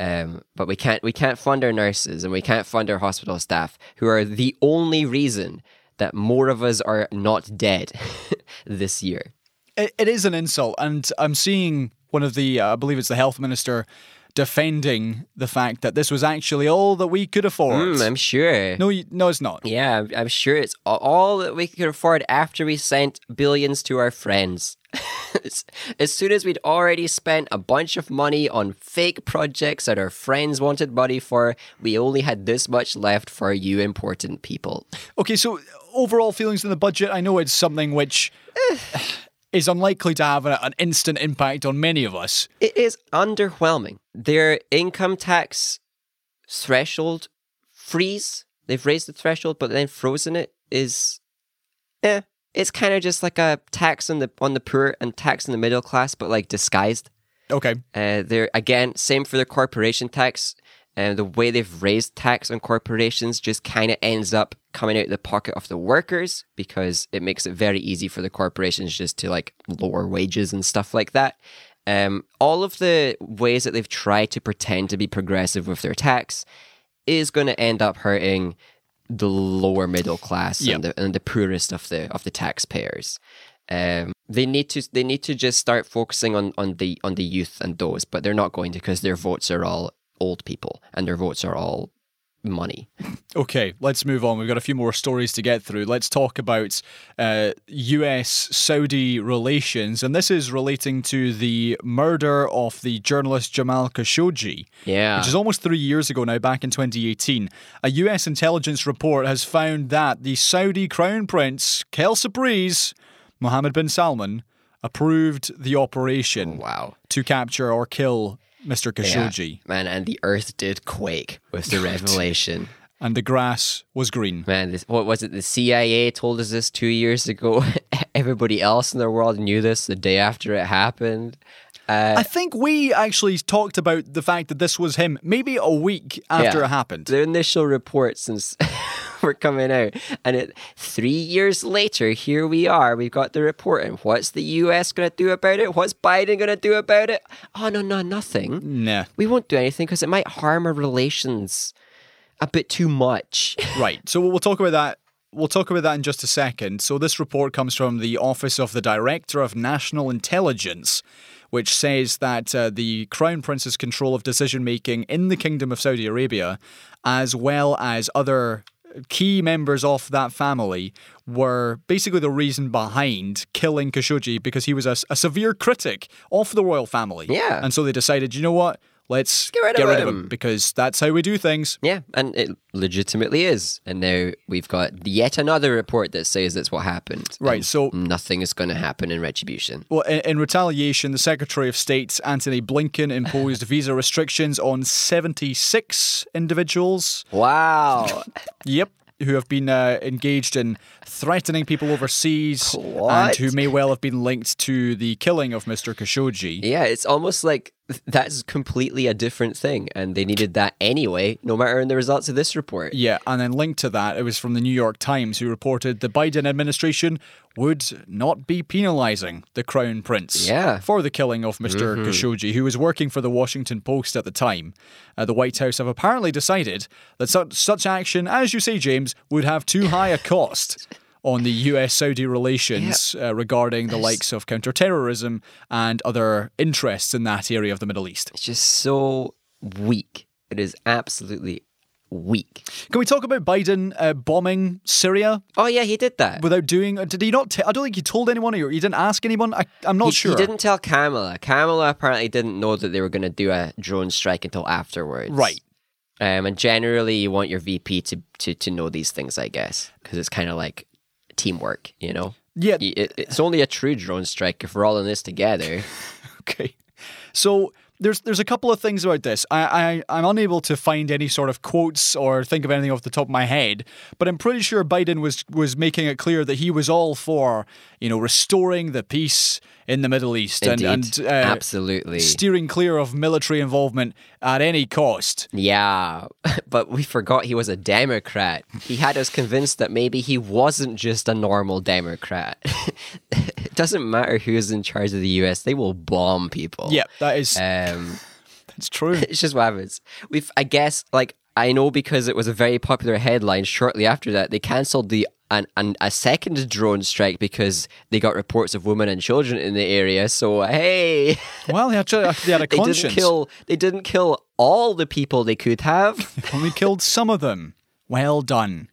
A: Um, but we can't we can't fund our nurses and we can't fund our hospital staff who are the only reason that more of us are not dead this year.
B: It, it is an insult. And I'm seeing one of the, uh, I believe it's the health minister, defending the fact that this was actually all that we could afford.
A: Hmm, I'm sure.
B: no, you, no, it's not.
A: Yeah, I'm- I'm sure it's a- all that we could afford after we sent billions to our friends. as as soon as we'd already spent a bunch of money on fake projects that our friends wanted money for, we only had this much left for you important people.
B: Okay, so overall feelings in the budget, I know it's something which is unlikely to have a- an instant impact on many of us.
A: It is underwhelming. Their income tax threshold freeze, they've raised the threshold but then frozen it is eh. It's kind of just like a tax on the on the poor and tax on the middle class, but like disguised.
B: Okay.
A: Uh, they're again same for the corporation tax. And the way they've raised tax on corporations just kind of ends up coming out of the pocket of the workers because it makes it very easy for the corporations just to like lower wages and stuff like that. Um, all of the ways that they've tried to pretend to be progressive with their tax is going to end up hurting the lower middle class and, the, and the poorest of the of the taxpayers. Um, they need to they need to just start focusing on on the on the youth and those, but they're not going to because their votes are all old people and their votes are all money.
B: Okay, let's move on. We've got a few more stories to get through. Let's talk about uh, US Saudi relations. And this is relating to the murder of the journalist Jamal Khashoggi.
A: Yeah.
B: Which is almost three years ago now, back in 2018. A US intelligence report has found that the Saudi crown prince, Kel Sabriz, Mohammed bin Salman, approved the operation
A: Oh, Wow. Uh,
B: to capture or kill Mr. Khashoggi.
A: Man, and the earth did quake with the revelation.
B: And the grass was green.
A: Man, this, what was it? The CIA told us this two years ago. Everybody else in the world knew this the day after it happened.
B: I think we actually talked about the fact that this was him maybe a week after
A: Yeah.
B: it happened.
A: The initial reports since were coming out, and it, three years later, here we are. We've got the report, and what's the U.S. going to do about it? What's Biden going to do about it? Oh no, no, nothing.
B: Nah.
A: We won't do anything because it might harm our relations a bit too much.
B: Right. So we'll talk about that. We'll talk about that in just a second. So this report comes from the Office of the Director of National Intelligence, which says that uh, the Crown Prince's control of decision making in the Kingdom of Saudi Arabia, as well as other key members of that family, were basically the reason behind killing Khashoggi because he was a, a severe critic of the royal family.
A: Yeah.
B: And so they decided, you know what? Let's
A: Get rid of
B: of
A: him.
B: him because that's how we do things.
A: Yeah, and it legitimately is. And now we've got yet another report that says that's what happened.
B: Right,
A: And
B: so-
A: nothing is going to happen in retribution.
B: Well, in, in retaliation, the Secretary of State, Anthony Blinken, imposed visa restrictions on 76 individuals.
A: Wow.
B: Yep. Who have been uh, engaged in threatening people overseas and
A: What?
B: who may well have been linked to the killing of Mr. Khashoggi.
A: yeah, it's almost like that's completely a different thing. And they needed that anyway, no matter in the results of this report.
B: Yeah, and then linked to that, it was from the New York Times who reported the Biden administration would not be penalizing the Crown Prince
A: Yeah.
B: for the killing of mister Khashoggi, who was working for the Washington Post at the time. Uh, the White House have apparently decided that such, such action, as you say, James, would have too high a cost. On the US Saudi relations uh, regarding the likes of counterterrorism and other interests in that area of the Middle East.
A: It's just so weak. It is absolutely weak.
B: Can we talk about Biden uh, bombing Syria
A: Oh, yeah, he did that.
B: without doing. Did he not? I I don't think he told anyone, or he didn't ask anyone. I, I'm not
A: He,
B: sure.
A: he didn't tell Kamala. Kamala apparently didn't know that they were going to do a drone strike until afterwards.
B: Right.
A: Um, and generally, you want your VP to to, to know these things, I guess, because it's kind of like teamwork, you know?
B: Yeah.
A: Y- It, it's only a true drone strike if we're all in this together.
B: Okay. So there's there's a couple of things about this. I, I I'm unable to find any sort of quotes or think of anything off the top of my head, but I'm pretty sure Biden was was making it clear that he was all for you know restoring the peace in the Middle East
A: Indeed.
B: and and uh,
A: Absolutely.
B: steering clear of military involvement at any cost.
A: yeah. But we forgot he was a Democrat. He had us convinced that maybe he wasn't just a normal Democrat. it doesn't matter who's in charge of the US, they will bomb people.
B: Yeah, that is
A: Um,
B: that's true.
A: it's just what happens. We've, I guess, like I know because it was a very popular headline. Shortly after that, they cancelled the an, an, a second drone strike because they got reports of women and children in the area. So hey,
B: well, they had, they had
A: they
B: a conscience.
A: didn't kill. They didn't kill all the people they could have.
B: only killed some of them. Well done.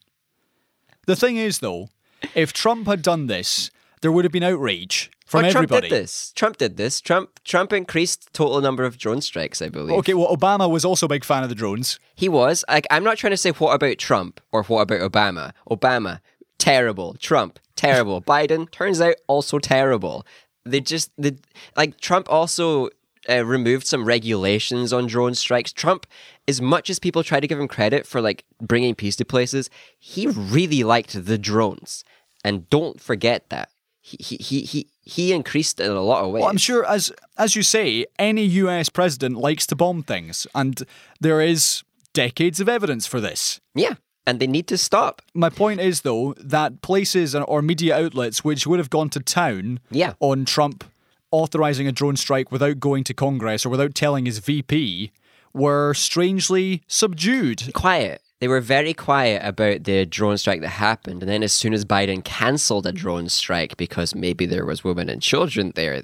B: The thing is, though, if Trump had done this, there would have been outrage from
A: But Oh, Trump
B: everybody.
A: did this. Trump did this. Trump Trump increased total number of drone strikes. I believe
B: Okay, well, Obama was also a big fan of the drones.
A: he was. Like I'm not trying to say what about Trump or what about Obama. Obama terrible. Trump terrible. Biden turns out also terrible. They just the like Trump also uh, removed some regulations on drone strikes. Trump, as much as people try to give him credit for like bringing peace to places, he really liked the drones, and don't forget that he he he he, he increased it in a lot of ways.
B: Well, I'm sure, as as you say, any U.S. president likes to bomb things, and there is decades of evidence for this.
A: yeah, and they need to stop.
B: My point is, though, that places and- or media outlets which would have gone to town
A: Yeah.
B: on Trump authorizing a drone strike without going to Congress or without telling his VP were strangely subdued.
A: quiet. They were very quiet about the drone strike that happened. And then, as soon as Biden cancelled a drone strike because maybe there was women and children there,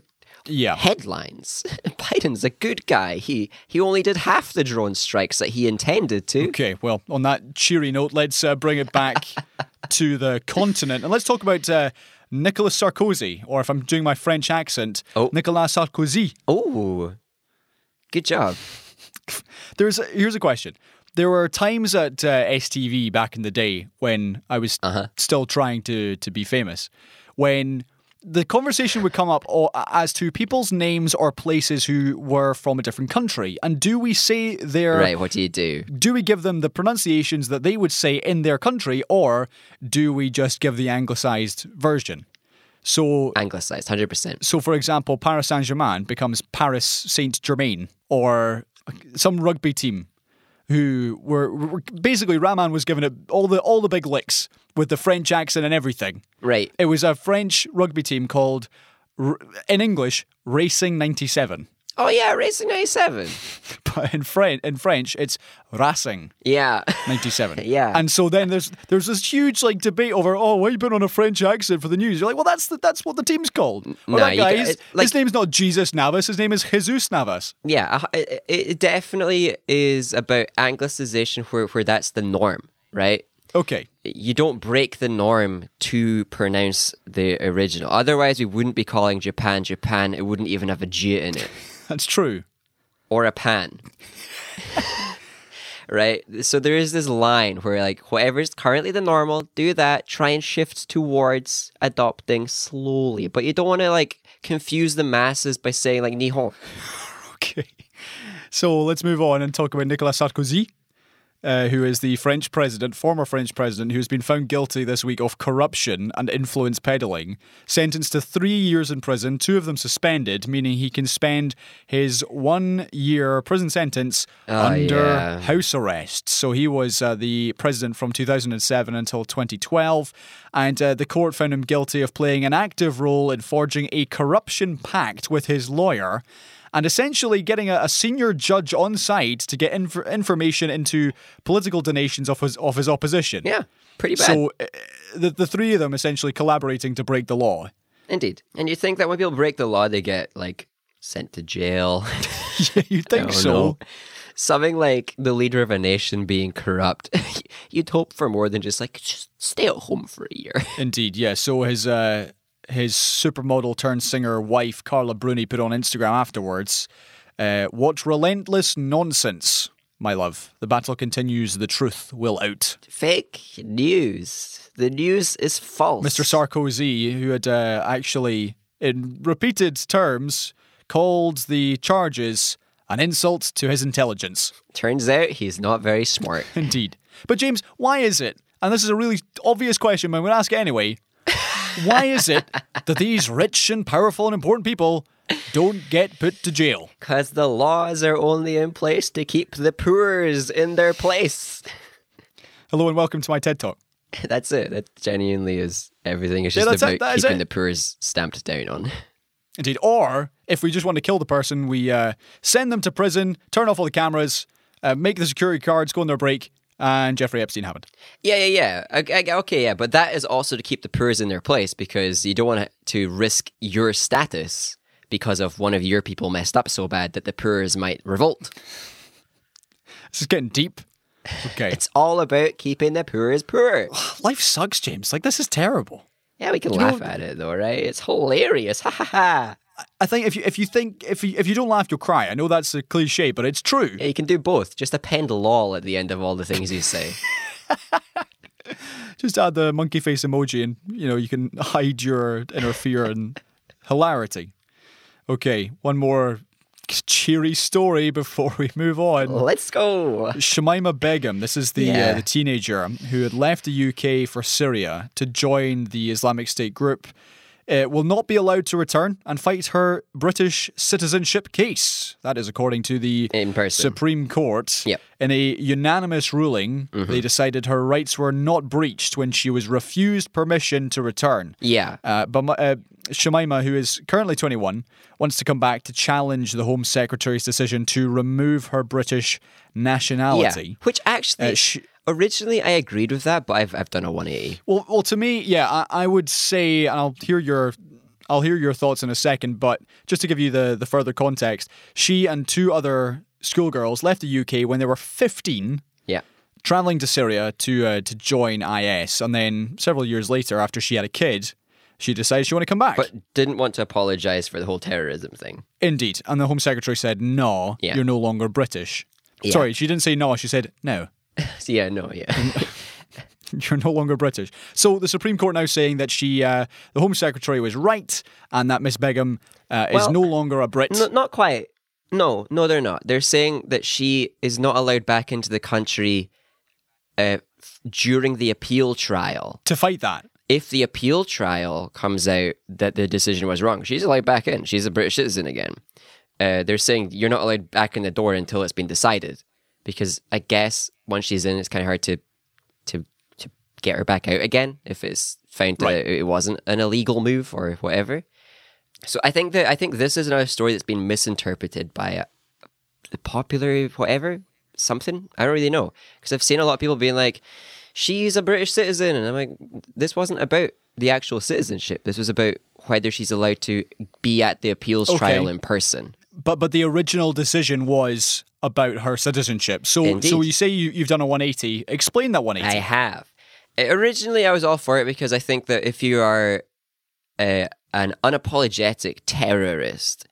B: Yeah.
A: headlines. Biden's a good guy. He he only did half the drone strikes that he intended to.
B: Okay, well, on that cheery note, let's uh, bring it back to the continent and let's talk about uh, Nicolas Sarkozy, or if I'm doing my French accent,
A: Oh.
B: Nicolas Sarkozy.
A: Oh, good job.
B: There's a, here's a question. There were times at uh, STV back in the day when I was still trying to to be famous, when the conversation would come up o- as to people's names or places who were from a different country, and do we say their
A: Right, what do you do?
B: do we give them the pronunciations that they would say in their country, or do we just give the anglicized version? So
A: Anglicized, 100%.
B: so, for example, Paris Saint Germain becomes Paris Saint Germain, or some rugby team who were, were basically Raman was giving it all the all the big licks with the French accent and everything.
A: Right.
B: It was a French rugby team called, r- in English, Racing '97,
A: Oh, yeah, Racing 97.
B: but in French, in French, it's Racing
A: Yeah.
B: 97.
A: Yeah.
B: And so then there's there's this huge like debate over oh why you been on a French accent for the news? You're like well that's the, that's what the team's called. Well,
A: No,
B: that
A: you
B: guy
A: ca-
B: is-
A: it- like-
B: his name's not Jesus Navas. His name is Jesus Navas.
A: Yeah, uh, it, it definitely is about anglicization where, where that's the norm, right?
B: Okay.
A: you don't break the norm to pronounce the original. Otherwise, we wouldn't be calling Japan Japan. It wouldn't even have a G in it.
B: That's true.
A: or a pan. right? So there is this line where like whatever is currently the normal, do that, try and shift towards adopting slowly. But you don't want to like confuse the masses by saying like Nihon.
B: Okay. So let's move on and talk about Nicolas Sarkozy, uh, who is the French president, former French president, who's been found guilty this week of corruption and influence peddling, sentenced to three years in prison, two of them suspended, meaning he can spend his one year prison sentence under
A: yeah.
B: house arrest. So he was uh, the president from 2007 until 2012, and uh, the court found him guilty of playing an active role in forging a corruption pact with his lawyer. And essentially, getting a, a senior judge on side to get inf- information into political donations of his of his opposition.
A: Yeah, pretty bad.
B: So uh, the the three of them essentially collaborating to break the law.
A: Indeed. And you think that when people break the law, they get like sent to jail.
B: you think
A: Oh,
B: so?
A: no. Something like the leader of a nation being corrupt. You'd hope for more than just like just stay at home for a year.
B: Indeed, yeah. So his uh, his supermodel turned singer wife Carla Bruni put on Instagram afterwards, uh, "What relentless nonsense, my love. The battle continues. The truth will out."
A: Fake news. The news is false.
B: Mr. Sarkozy, who had uh, actually, in repeated terms, called the charges an insult to his intelligence.
A: Turns out he's not very smart.
B: Indeed. But James, why is it? And this is a really obvious question, but I'm going to ask it anyway. why is it that these rich and powerful and important people don't get put to jail?
A: Because the laws are only in place to keep the poors in their place.
B: Hello and welcome to my TED Talk.
A: That's it. That genuinely is everything. It's
B: Yeah,
A: just
B: that's it.
A: about
B: That is
A: keeping
B: it.
A: the poors stamped down on.
B: Indeed. Or if we just want to kill the person, we uh, send them to prison, turn off all the cameras, uh, make the security cards go on their break, and Jeffrey Epstein happened.
A: Yeah, yeah, yeah. Okay, okay, yeah. But that is also to keep the poors in their place because you don't want to risk your status because of one of your people messed up so bad that the poors might revolt.
B: This is getting deep. Okay.
A: It's all about keeping the poors poor.
B: Life sucks, James. Like, this is terrible.
A: Yeah, we can laugh at it though, right? It's hilarious. Ha ha ha.
B: I think if you if you think if you, if you don't laugh you'll cry. I know that's a cliche, but it's true.
A: Yeah, you can do both. Just append lol at the end of all the things you say.
B: Just add the monkey face emoji, and you know you can hide your inner fear and hilarity. Okay, one more cheery story before we move on.
A: Let's go.
B: Shemima Begum, this is the uh,
A: Yeah.
B: the teenager who had left the UK for Syria to join the Islamic State group, uh, will not be allowed to return and fight her British citizenship case. That is according to the
A: In person.
B: Supreme Court.
A: Yep. Mm-hmm.
B: In a unanimous ruling, they decided her rights were not breached when she was refused permission to return.
A: Yeah.
B: Uh, but my- uh, Shemima, who is currently 21, wants to come back to challenge the Home Secretary's decision to remove her British nationality.
A: Yeah. Which actually,
B: Uh, sh-
A: originally I agreed with that, but I've, I've done a 180.
B: Well, well, to me, yeah, I, I would say, and I'll hear your, I'll hear your thoughts in a second. But just to give you the the further context, she and two other schoolgirls left the UK when they were 15
A: Yeah.
B: traveling to Syria to uh, to join IS, and then several years later, after she had a kid, she decided she wanted to come back.
A: But didn't want to apologize for the whole terrorism thing.
B: Indeed, and the Home Secretary said, "No,
A: Yeah.
B: you're no longer British."
A: Yeah.
B: Sorry, she didn't say no. She said, "No,
A: So, yeah, no, yeah.
B: you're no longer British." So the Supreme Court now saying that she, uh, the Home Secretary, was right, and that Miss Begum uh, is
A: Well,
B: no longer a Brit.
A: no, not quite. No, no, they're not. They're saying that she is not allowed back into the country uh, f- during the appeal trial.
B: to fight that,
A: If the appeal trial comes out that the decision was wrong, she's allowed back in. She's a British citizen again. Uh, they're saying you're not allowed back in the door until it's been decided, because I guess once she's in, it's kind of hard to to to get her back out again if it's found
B: Right.
A: that it wasn't an illegal move or whatever. So I think that I think this is another story that's been misinterpreted by a, the popular whatever something. I don't really know because I've seen a lot of people being like, "She's a British citizen," and I'm like, "This wasn't about the actual citizenship. This was about whether she's allowed to be at the appeals trial in person."
B: but but the original decision was about her citizenship. So so
A: Indeed.
B: you say you, you've done a 180. Explain that 180.
A: I have. Uh, Originally, I was all for it because I think that if you are uh, an unapologetic terrorist,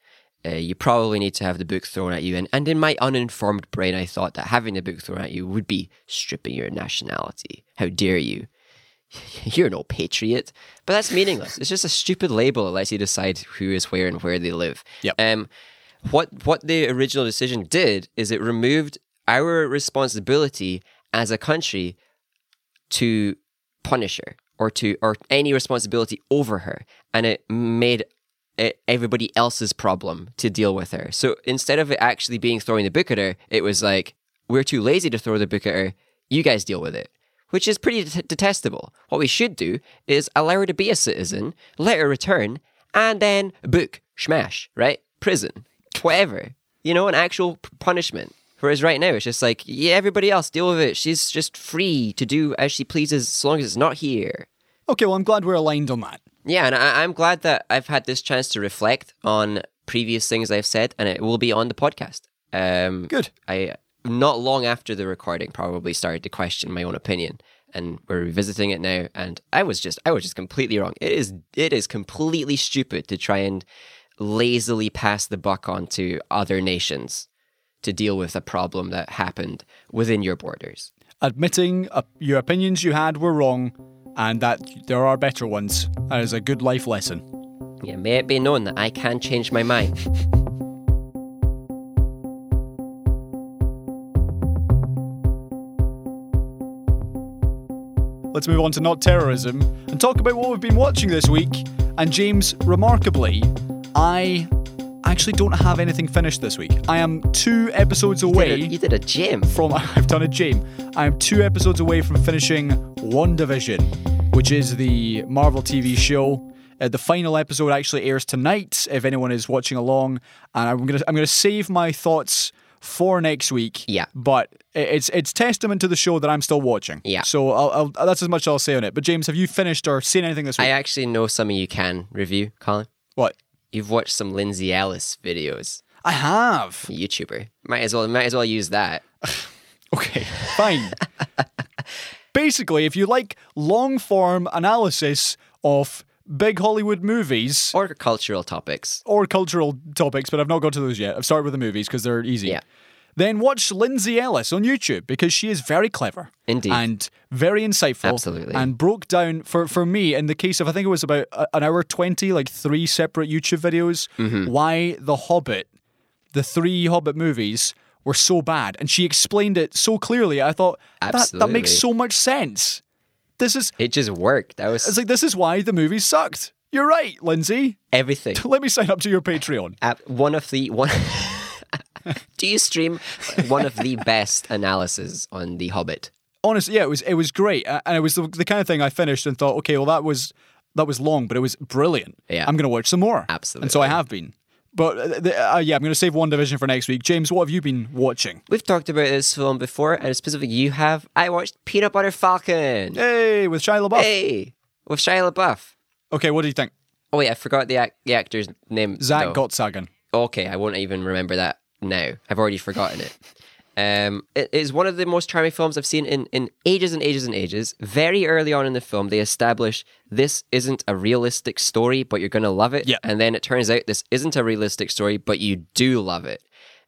A: uh, you probably need to have the book thrown at you. And, and in my uninformed brain, I thought that having the book thrown at you would be stripping your nationality. How dare you? You're no patriot. But that's meaningless. it's just a stupid label that lets you decide who is where and where they live.
B: Yep.
A: Um, what, what the original decision did is it removed our responsibility as a country to punish her or to or any responsibility over her and it made it everybody else's problem to deal with her so instead of it actually being throwing the book at her it was like we're too lazy to throw the book at her you guys deal with it which is pretty det- detestable what we should do is allow her to be a citizen let her return and then book smash right prison whatever you know an actual p- punishment Whereas right now, it's just like, yeah, everybody else deal with it. She's just free to do as she pleases as long as it's not here.
B: Okay, well, I'm glad we're aligned on that.
A: Yeah, and I, I'm glad that I've had this chance to reflect on previous things I've said, and it will be on the podcast. Um,
B: Good.
A: I not long after the recording probably started to question my own opinion, and we're revisiting it now. And I was just, I was just completely wrong. It is, it is completely stupid to try and lazily pass the buck on to other nations to deal with a problem that happened within your borders.
B: Admitting uh, your opinions you had were wrong and that there are better ones. That is a good life lesson.
A: Yeah, may it be known that I can change my mind.
B: Let's move on to not terrorism and talk about what we've been watching this week. And James, remarkably, I actually don't have anything finished this week. I am two episodes away.
A: You did a gym.
B: from I've done a gym. I'm two episodes away from finishing WandaVision, which is the Marvel TV show. Uh, the final episode actually airs tonight if anyone is watching along, and I'm gonna I'm gonna save my thoughts for next week.
A: Yeah.
B: but i- it's it's testament to the show that I'm still watching.
A: Yeah.
B: so I'll, I'll, that's as much I'll say on it. But James, have you finished or seen anything this week?
A: I actually know something you can review, Colin.
B: what
A: You've watched some Lindsay Ellis videos.
B: I have.
A: YouTuber. Might as well might as well use that.
B: Okay, fine. Basically, if you like long form analysis of big Hollywood movies
A: Or cultural topics.
B: or cultural topics, but I've not got to those yet. I've started with the movies because they're easy.
A: Yeah.
B: Then watch Lindsay Ellis on YouTube because she is very clever.
A: Indeed.
B: And very insightful.
A: Absolutely.
B: And broke down, for, for me, in the case of, I think it was about a- an hour 20, like three separate YouTube videos,
A: Mm-hmm.
B: why The Hobbit, the three Hobbit movies, were so bad. And she explained it so clearly. I thought, that, that
A: Absolutely.
B: makes so much sense. This is,
A: It just worked. That was
B: it's like, this is why the movie sucked. You're right, Lindsay.
A: everything.
B: Let me sign up to your Patreon.
A: Ab- one of the one Do you stream one of the best analyses on The Hobbit?
B: honestly, yeah, it was it was great, A- and it was the, the kind of thing I finished and thought, okay, well that was that was long, but it was brilliant.
A: Yeah.
B: I'm gonna watch some more. and so
A: Absolutely.
B: I have been. But uh, the, uh, yeah, I'm gonna save one division for next week. James, what have you been watching?
A: We've talked about this film before, and specifically you have. I watched Peanut Butter Falcon.
B: Hey, with Shia LaBeouf.
A: Hey, with Shia LaBeouf.
B: Okay, what do you think?
A: Oh wait, I forgot the, ac- the actor's name.
B: Zach
A: though.
B: Gottsagen.
A: okay, I won't even remember that now. I've already forgotten it. Um, it is one of the most charming films I've seen in, in ages and ages and ages. Very early on in the film, they establish this isn't a realistic story, but you're going to love it.
B: Yeah.
A: And then it turns out this isn't a realistic story, but you do love it.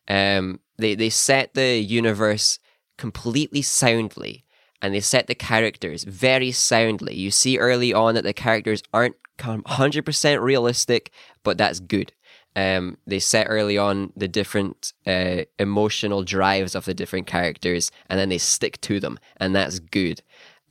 A: Um, they, they set the universe completely soundly and they set the characters very soundly. You see early on that the characters aren't com- 100% realistic, but that's good. Um, they set early on the different uh, emotional drives of the different characters, and then they stick to them, and that's good.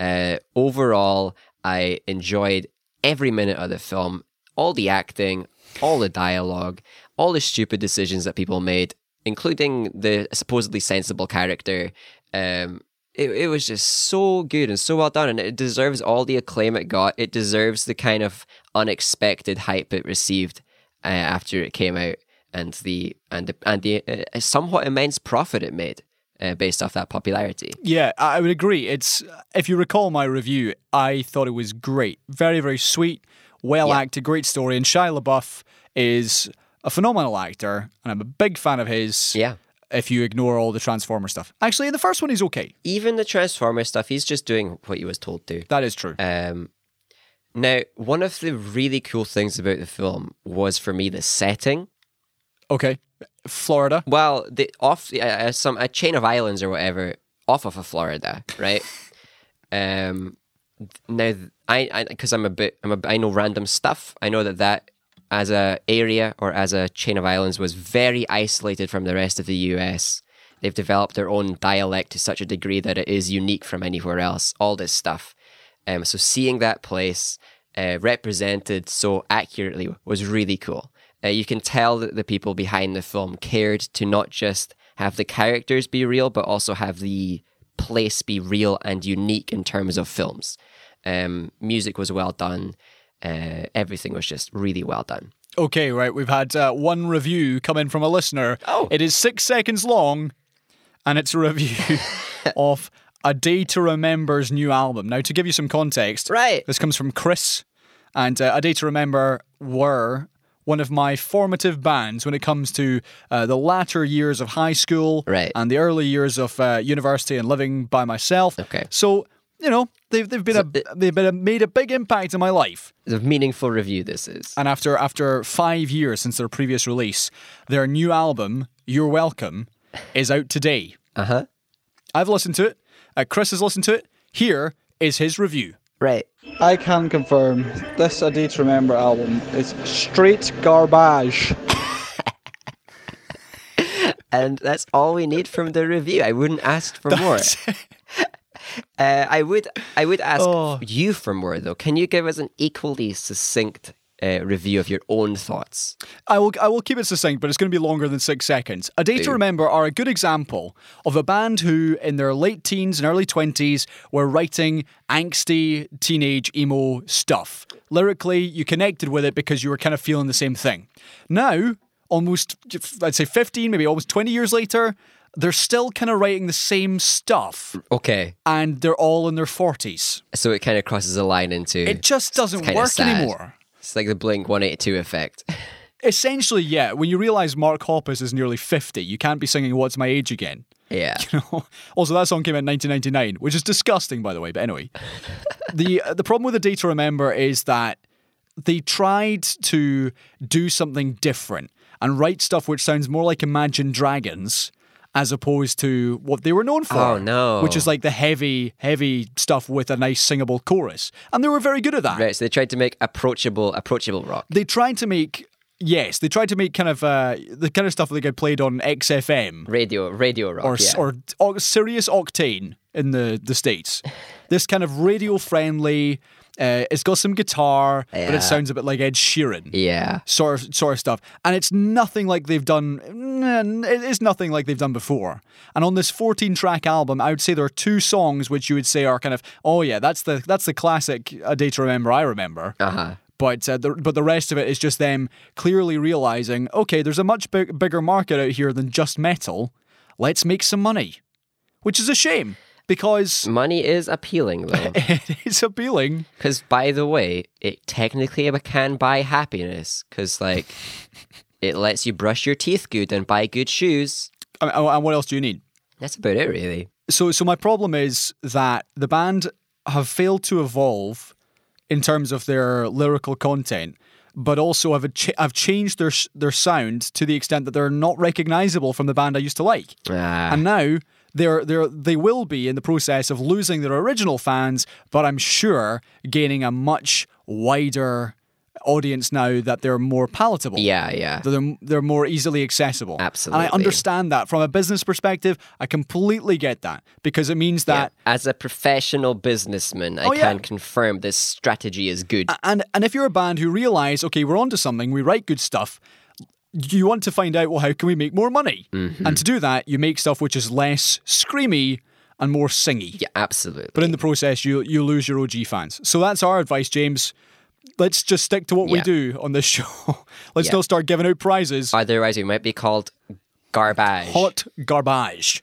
A: Uh, overall, I enjoyed every minute of the film, all the acting, all the dialogue, all the stupid decisions that people made, including the supposedly sensible character. Um, it, it was just so good and so well done, and it deserves all the acclaim it got. It deserves the kind of unexpected hype it received uh, after it came out, and the and the, and the uh, somewhat immense profit it made uh, based off that popularity.
B: Yeah, I I would agree. It's if you recall my review, I thought it was great, very very sweet, well acted, great story, and Shia LaBeouf is a phenomenal actor, and I'm a big fan of his.
A: Yeah.
B: If you ignore all the Transformer stuff, actually, in the first one he's okay.
A: Even the Transformer stuff, he's just doing what he was told to.
B: That is true.
A: Um, now, one of the really cool things about the film was for me the setting.
B: Okay. Florida.
A: Well, the off the, uh, some a chain of islands or whatever off of Florida, right? um, th- now th- I I because I'm a bit I'm a, I know random stuff. I know that that as a area or as a chain of islands was very isolated from the rest of the U.S. They've developed their own dialect to such a degree that it is unique from anywhere else. All this stuff. Um, so seeing that place uh, represented so accurately was really cool. Uh, you can tell that the people behind the film cared to not just have the characters be real, but also have the place be real and unique in terms of films. Um, music was well done. Uh, everything was just really well done.
B: Okay, right. We've had uh, one review come in from a listener.
A: Oh.
B: It is six seconds long, and it's a review of A Day to Remember's new album. Now, to give you some context,
A: Right.
B: this comes from Chris, and uh, A Day to Remember were one of my formative bands when it comes to uh, the latter years of high school
A: Right.
B: and the early years of uh, university and living by myself.
A: Okay.
B: So, you know, they've, they've been, a, they've been a, made a big impact in my life.
A: The meaningful review this is.
B: And after after five years since their previous release, their new album "You're Welcome" is out today.
A: Uh huh.
B: I've listened to it. Uh, Chris has listened to it. Here is his review.
A: Right.
C: I can confirm this A Day to Remember album is straight garbage.
A: And that's all we need from the review. I wouldn't ask for more. Uh, I would, I would ask
B: Oh.
A: you for more though. Can you give us an equally succinct uh, review of your own thoughts?
B: I will I will keep it succinct, but it's going to be longer than six seconds. A Day to Remember are a good example of a band who, in their late teens and early twenties, were writing angsty teenage emo stuff. Lyrically, you connected with it because you were kind of feeling the same thing. Now, almost I'd say fifteen, maybe almost twenty years later, they're still kind of writing the same stuff,
A: Okay.
B: and they're all in their forties.
A: So it kind of crosses a line into.
B: It just doesn't
A: kinda
B: work
A: sad.
B: anymore.
A: It's like the Blink 182 effect.
B: Essentially, yeah. When you realise Mark Hoppus is nearly fifty, you can't be singing "What's My Age" again.
A: yeah.
B: also, that song came out in 1999, which is disgusting, by the way. But anyway, the uh, the problem with the day to remember is that they tried to do something different and write stuff which sounds more like Imagine Dragons as opposed to what they were known for.
A: Oh, no.
B: Which is like the heavy, heavy stuff with a nice singable chorus, and they were very good at that.
A: Right, so they tried to make approachable, approachable rock.
B: They tried to make. Yes, they tried to make kind of uh, the kind of stuff that got played on XFM
A: Radio, radio rock.
B: or
A: yeah.
B: s or, or Sirius Octane in the the states. this kind of radio friendly. Uh, it's got some guitar, but
A: Yeah.
B: it sounds a bit like Ed Sheeran.
A: yeah.
B: Sort of, sort of stuff, and it's nothing like they've done. mm, It is nothing like they've done before. And on this fourteen-track album, I would say there are two songs which you would say are kind of, oh yeah, that's the that's the classic "A Day to Remember." I remember.
A: Uh-huh.
B: But uh, the, but the rest of it is just them clearly realizing, okay, there's a much big, bigger market out here than just metal. Let's make some money, which is a shame because
A: Money is appealing though.
B: it is appealing.
A: Because by the way, it technically can buy happiness. Because like, it lets you brush your teeth good and buy good shoes.
B: And- And what else do you need?
A: That's about it, really.
B: So so my problem is that the band have failed to evolve in terms of their lyrical content, but also have a ch- have changed their sh- their sound to the extent that they're not recognizable from the band I used to like.
A: Ah.
B: and now they're they're they will be in the process of losing their original fans, but I'm sure gaining a much wider audience now that they're more palatable.
A: Yeah, yeah.
B: That They're, they're more easily accessible.
A: Absolutely.
B: And I understand that from a business perspective. I completely get that because it means that
A: As a professional businessman, I
B: Oh, yeah. Uh,
A: can confirm this strategy is good.
B: and and if you're a band who realize okay we're onto something we write good stuff you want to find out well how can we make more money
A: Mm-hmm.
B: and to do that you make stuff which is less screamy and more singy
A: yeah, absolutely.
B: but in the process you you lose your OG fans so that's our advice James let's just stick to what we
A: Yeah.
B: do on this show let's
A: Yeah.
B: not start giving out prizes
A: Otherwise, we might be called garbage.
B: hot garbage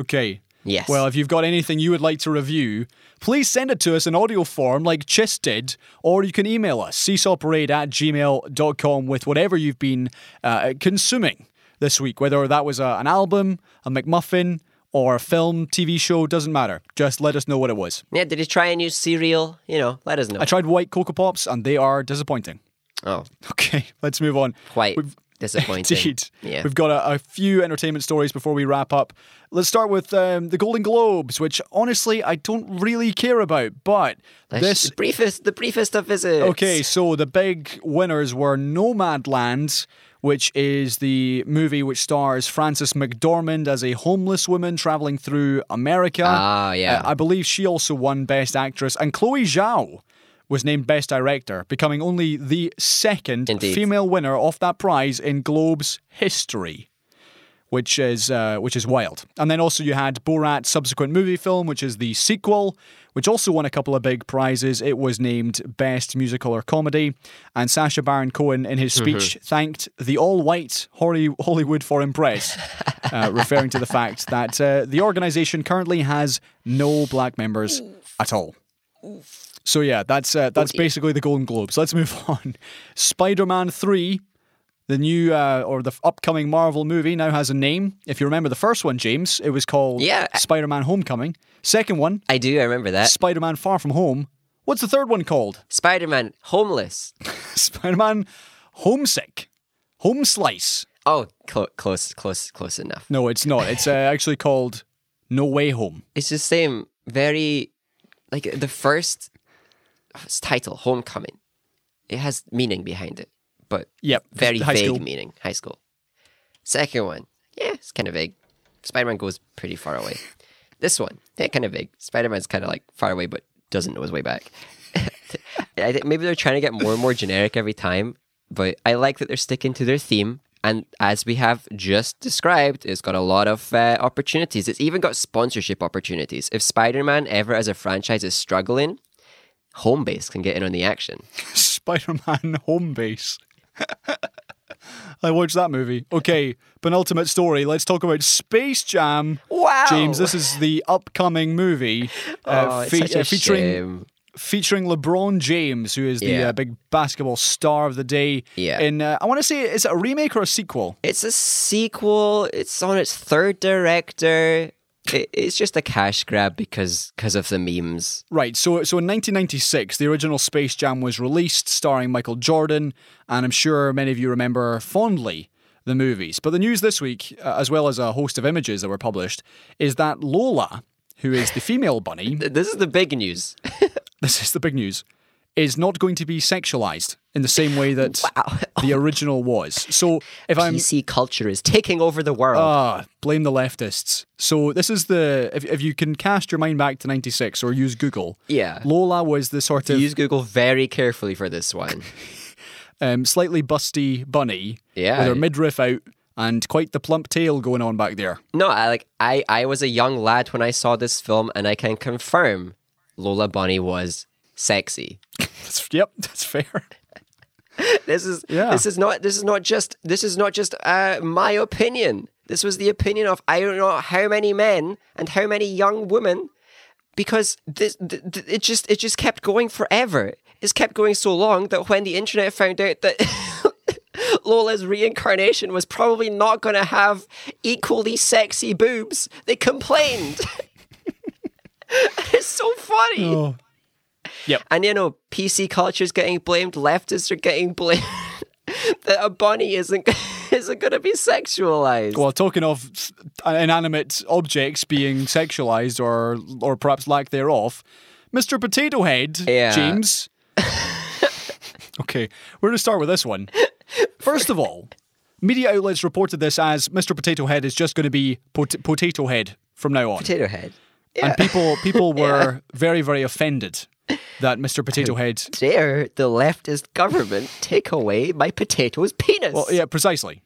B: okay
A: Yes.
B: well if you've got anything you would like to review please send it to us in audio form like Chis did or you can email us seesawparade at gmail.com with whatever you've been uh, consuming this week whether that was a, an album a McMuffin or a film TV show doesn't matter just let us know what it was
A: yeah, did you try a new cereal? You know, let us know.
B: I tried white Cocoa Pops and they are disappointing.
A: oh,
B: Okay, let's move on.
A: White.
B: We've,
A: Disappointing.
B: Indeed.
A: Yeah.
B: We've got a, a few entertainment stories before we wrap up. Let's start with um, the Golden Globes, which honestly I don't really care about, but
A: Let's-
B: this
A: the briefest, the briefest of visits.
B: Okay, so the big winners were Nomadland, which is the movie which stars Frances McDormand as a homeless woman traveling through America.
A: Ah, yeah.
B: Uh, I believe she also won Best Actress, and Chloe Zhao was named Best Director, becoming only the second
A: Indeed.
B: female winner of that prize in Globe's history. Which is uh, which is wild, and then also you had Borat's subsequent movie film, which is the sequel, which also won a couple of big prizes. It was named Best Musical or Comedy, and Sacha Baron Cohen, in his speech, thanked the all-white Holly- Hollywood Foreign Press, uh, referring to the fact that uh, the organisation currently has no black members at all. So yeah, that's uh, that's basically the Golden Globes. Let's move on. Spider-Man Three, the new uh, or the upcoming Marvel movie now has a name. If you remember the first one, James, it was called
A: Yeah.
B: Spider-Man: Homecoming. Second one,
A: I do. I remember that.
B: Spider-Man: Far From Home. What's the third one called?
A: Spider-Man homeless.
B: Spider-Man: Homesick, Home Slice.
A: Oh, clo- close, close, close enough.
B: No, it's not. It's uh, actually called No Way Home.
A: It's the same. Very, like the first its title, Homecoming. It has meaning behind it, but
B: Yep,
A: very
B: high
A: vague
B: school.
A: meaning. High school. Second one, yeah, it's kind of vague. Spider-Man goes pretty far away. this one, yeah, kind of vague. Spider-Man's kind of like far away, but doesn't know his way back. I think maybe they're trying to get more and more generic every time, but I like that they're sticking to their theme. And as we have just described, it's got a lot of uh, opportunities. It's even got sponsorship opportunities. If Spider Man ever as a franchise is struggling, Homebase can get in on the action.
B: Spider-Man Home Base. I watched that movie. Okay, penultimate story. Let's talk about Space Jam.
A: Wow.
B: James, this is the upcoming movie
A: Oh, it's
B: fe-
A: such a
B: featuring
A: shame.
B: featuring LeBron James, who is the
A: Yeah.
B: uh, big basketball star of the day.
A: Yeah.
B: In uh, I want to say, is it a remake or a sequel?
A: It's a sequel. It's on its third director. It, it's just a cash grab because because of the memes.
B: Right. So, so in 1996, the original Space Jam was released, starring Michael Jordan, and I'm sure many of you remember fondly the movies. But the news this week, uh, as well as a host of images that were published, is that Lola, who is the female bunny,
A: Th- This is the big news.
B: this is the big news, is not going to be sexualized in the same way that the original was. So, if I'm
A: PC culture is taking over the world.
B: Ah, blame the leftists. So this is the if, if you can cast your mind back to '96 or use Google.
A: Yeah.
B: Lola was the sort of
A: Use Google very carefully for this one.
B: um, slightly busty bunny
A: Yeah.
B: with her midriff out and quite the plump tail going on back there.
A: No, I like I I was a young lad when I saw this film, and I can confirm Lola Bunny was sexy.
B: That's, yep, that's fair.
A: This is
B: Yeah.
A: this is not this is not just this is not just uh, my opinion. This was the opinion of I don't know how many men and how many young women, because this th- th- it just it just kept going forever. It's kept going so long that when the internet found out that Lola's reincarnation was probably not going to have equally sexy boobs, they complained. it's so funny.
B: Oh.
A: And you know, PC culture's getting blamed, leftists are getting blamed that a bunny isn't isn't gonna be sexualized.
B: Well, talking of s- inanimate objects being sexualized or or perhaps lack thereof, Mr. Potato Head,
A: Yeah.
B: James. okay, we're going to start with this one. First of all, media outlets reported this as Mr. Potato Head is just going to be pot- Potato Head from now on,
A: Potato head.
B: and people people were very very offended that Mr. Potato Head.
A: Dare the leftist government take away my potato's penis.
B: Well, yeah, precisely.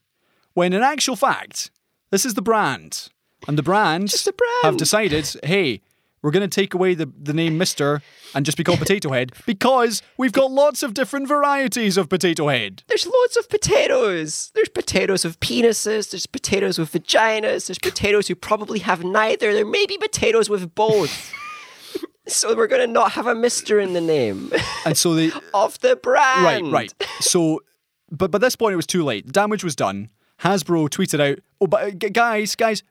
B: When in actual fact, this is the brand, and the brand,
A: a brand.
B: have decided, hey, we're going to take away the, the name Mister and just be called Potato Head because we've got lots of different varieties of Potato Head.
A: There's loads of potatoes. There's potatoes with penises, there's potatoes with vaginas, there's potatoes who probably have neither. There may be potatoes with both. so we're gonna not have a mister in the name
B: And so they,
A: of the
B: right,
A: brand.
B: right. So, but by this point, it was too late. Damage was done. Hasbro tweeted out, oh, but uh, g- guys, guys,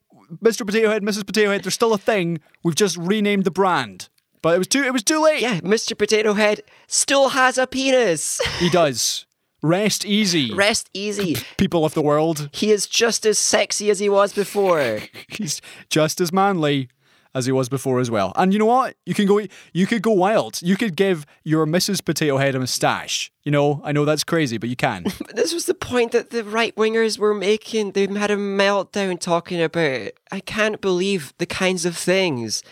B: Mr. Potato Head, Mrs. Potato Head, they're still a thing. We've just renamed the brand. But it was too, it was too late.
A: Yeah, Mr. Potato Head still has a penis.
B: He does. Rest easy,
A: Rest easy.
B: people of the world.
A: He is just as sexy as he was before.
B: He's just as manly as he was before as well. And you know what? You can go. You could go wild. You could give your Mrs. Potato Head a moustache. You know, I know that's crazy, but you can.
A: But this was the point that the right wingers were making. They had a meltdown talking about it. I can't believe the kinds of things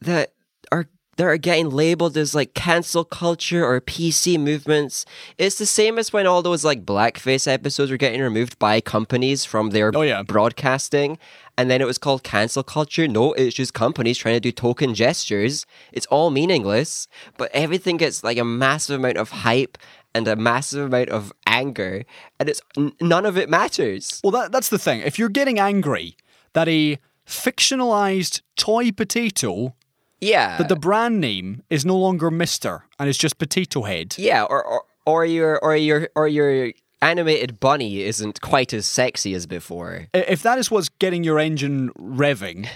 A: that are that are getting labeled as like cancel culture or PC movements. It's the same as when all those like blackface episodes were getting removed by companies from their
B: Oh, yeah.
A: broadcasting. And then it was called cancel culture. No, it's just companies trying to do token gestures. It's all meaningless, but everything gets like a massive amount of hype and a massive amount of anger, and it's n- none of it matters.
B: Well, that, that's the thing. If you're getting angry that a fictionalized toy potato,
A: Yeah,
B: that the brand name is no longer Mister and it's just Potato Head,
A: yeah, or, or or your or your or your animated bunny isn't quite as sexy as before.
B: i- if that is what's getting your engine revving,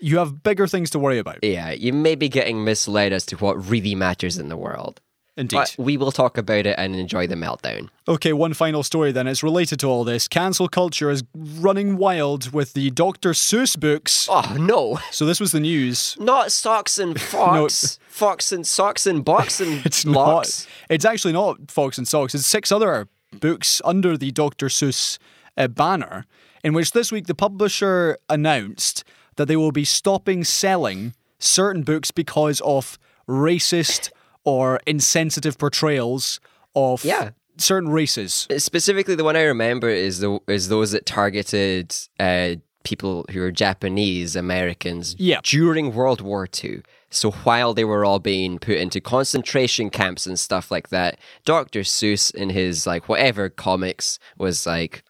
B: you have bigger things to worry about.
A: Yeah, you may be getting misled as to what really matters in the world.
B: Indeed.
A: But we will talk about it and enjoy the meltdown.
B: Okay, one final story then. It's related to all this. Cancel culture is running wild with the Dr. Seuss books.
A: Oh no,
B: So this was the news.
A: not socks and fox, fox and socks and box and
B: It's
A: blocks.
B: not. It's actually not Fox and Socks. It's six other books under the Dr. Seuss uh, banner, in which this week the publisher announced that they will be stopping selling certain books because of racist or insensitive portrayals of
A: Yeah.
B: certain races.
A: specifically the one I remember is the is those that targeted uh, people who were Japanese Americans
B: Yeah.
A: during World War II. So while they were all being put into concentration camps and stuff like that, Dr. Seuss in his like whatever comics was like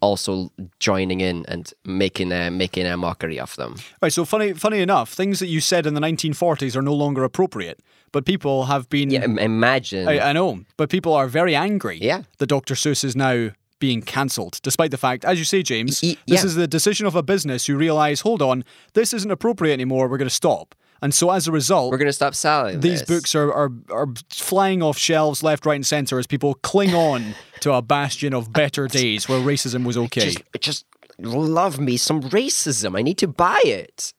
A: also joining in and making a making a mockery of them.
B: Right, so funny, funny enough, things that you said in the 1940s are no longer appropriate, but people have been.
A: Yeah, im- imagine
B: I, I know, but people are very angry.
A: Yeah.
B: that Dr. Seuss is now being cancelled, despite the fact, as you say, James,
A: Y- y-
B: this
A: yeah.
B: is the decision of a business who realise, hold on, this isn't appropriate anymore. We're going to stop, and so as a result,
A: we're gonna stop selling
B: these
A: this.
B: books are, are are flying off shelves left, right, and centre as people cling on to a bastion of better days where racism was okay.
A: just, just love me some racism. I need to buy it.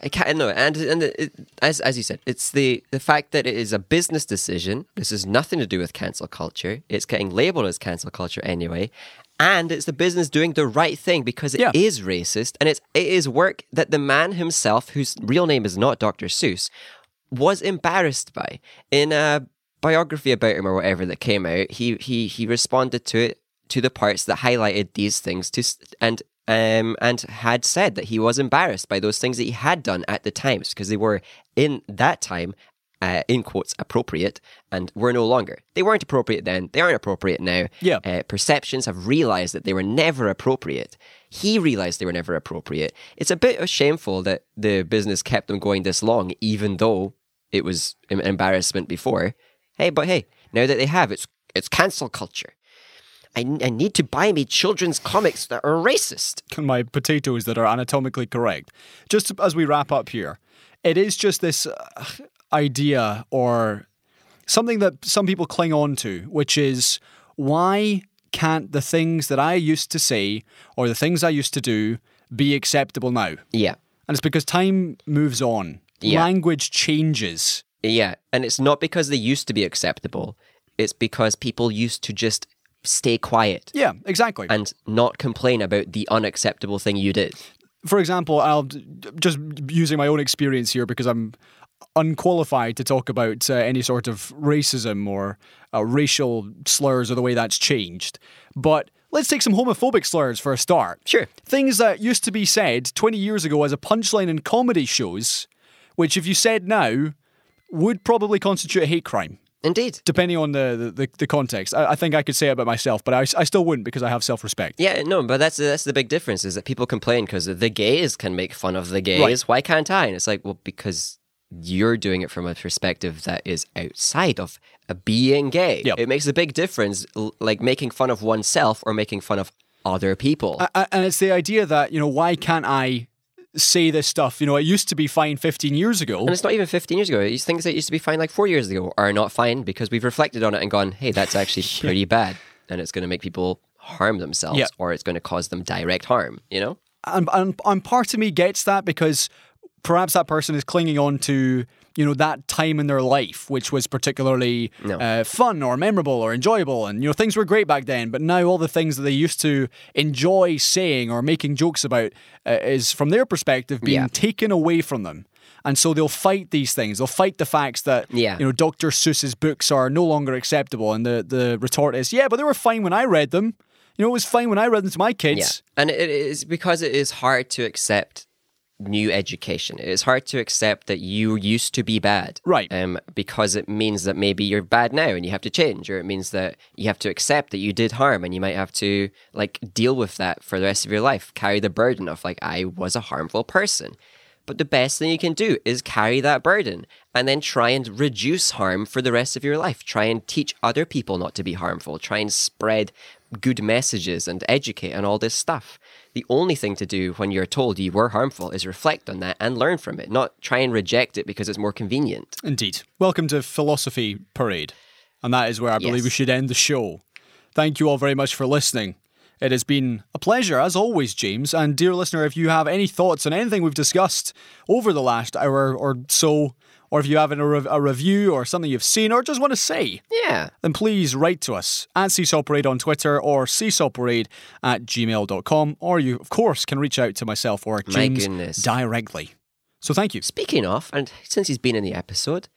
A: I can't no, and and it, as as you said, it's the the fact that it is a business decision. This has nothing to do with cancel culture. It's getting labeled as cancel culture anyway, and it's the business doing the right thing because it is
B: Yeah.
A: racist, and it's it is work that the man himself, whose real name is not Dr. Seuss, was embarrassed by in a biography about him or whatever that came out. He he he responded to it to the parts that highlighted these things to s- and um, and had said that he was embarrassed by those things that he had done at the times because they were in that time uh, in quotes appropriate and were no longer they weren't appropriate then they aren't appropriate now
B: Yeah.
A: uh, perceptions have realized that they were never appropriate he realized they were never appropriate it's a bit shameful that the business kept them going this long even though it was an embarrassment before hey but hey now that they have it's it's cancel culture I, I need to buy me children's comics that are racist.
B: my potatoes that are anatomically correct. Just as we wrap up here, it is just this uh, idea or something that some people cling on to, which is why can't the things that I used to say or the things I used to do be acceptable now?
A: Yeah.
B: And it's because time moves on,
A: Yeah.
B: language changes.
A: Yeah. And it's not because they used to be acceptable, it's because people used to just stay quiet
B: Yeah, exactly.
A: and not complain about the unacceptable thing you did.
B: for example, I'll d- just using my own experience here because I'm unqualified to talk about uh, any sort of racism or uh, racial slurs or the way that's changed. But let's take some homophobic slurs for a start.
A: Sure.
B: Things that used to be said 20 years ago as a punchline in comedy shows, which if you said now, would probably constitute a hate crime.
A: Indeed.
B: Depending on the, the, the, the context, I, I think I could say it about myself, but I, s- I still wouldn't because I have self respect.
A: Yeah, no, but that's that's the big difference is that people complain because the gays can make fun of the gays. Why can't I? And it's like, well, because you're doing it from a perspective that is outside of uh, being gay.
B: Yep.
A: It makes a big difference, l- like making fun of oneself or making fun of other people.
B: A- a- and it's the idea that you know why can't I say this stuff? You know, it used to be fine 15 years ago.
A: and it's not even 15 years ago. These things that used to be fine like four years ago are not fine because we've reflected on it and gone, hey, that's actually pretty bad. and it's going to make people harm themselves
B: Yeah.
A: or it's going to cause them direct harm, you know?
B: and, and and part of me gets that because perhaps that person is clinging on to you know that time in their life which was particularly uh, fun or memorable or enjoyable and you know things were great back then but now all the things that they used to enjoy saying or making jokes about uh, is from their perspective being
A: Yeah.
B: taken away from them and so they'll fight these things they'll fight the facts that
A: Yeah.
B: you know dr seuss's books are no longer acceptable and the, the retort is yeah but they were fine when i read them you know it was fine when i read them to my kids
A: Yeah. And it is because it is hard to accept new education. It is hard to accept that you used to be bad.
B: Right.
A: Um, because it means that maybe you're bad now and you have to change, or it means that you have to accept that you did harm and you might have to like deal with that for the rest of your life, carry the burden of like, I was a harmful person. But the best thing you can do is carry that burden and then try and reduce harm for the rest of your life. Try and teach other people not to be harmful. Try and spread good messages and educate and all this stuff. The only thing to do when you're told you were harmful is reflect on that and learn from it, not try and reject it because it's more convenient.
B: Indeed. Welcome to Philosophy Parade. And that is where I believe
A: Yes.
B: we should end the show. Thank you all very much for listening. It has been a pleasure, as always, James. And dear listener, if you have any thoughts on anything we've discussed over the last hour or so, or if you have a, rev- a review or something you've seen or just want to say,
A: Yeah.
B: then please write to us at Seesaw Parade on Twitter or seesawparade at gmail.com. Or you, of course, can reach out to myself or
A: My
B: James
A: goodness.
B: directly. So thank you.
A: Speaking of, and since he's been in the episode,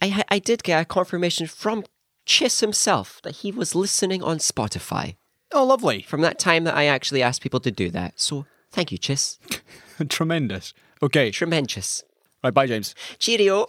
A: I I did get a confirmation from Chiss himself that he was listening on Spotify
B: Oh, lovely.
A: from that time that I actually asked people to do that. So thank you, Chiss.
B: Tremendous. Okay.
A: Tremendous.
B: Right. Bye, James.
A: Cheerio.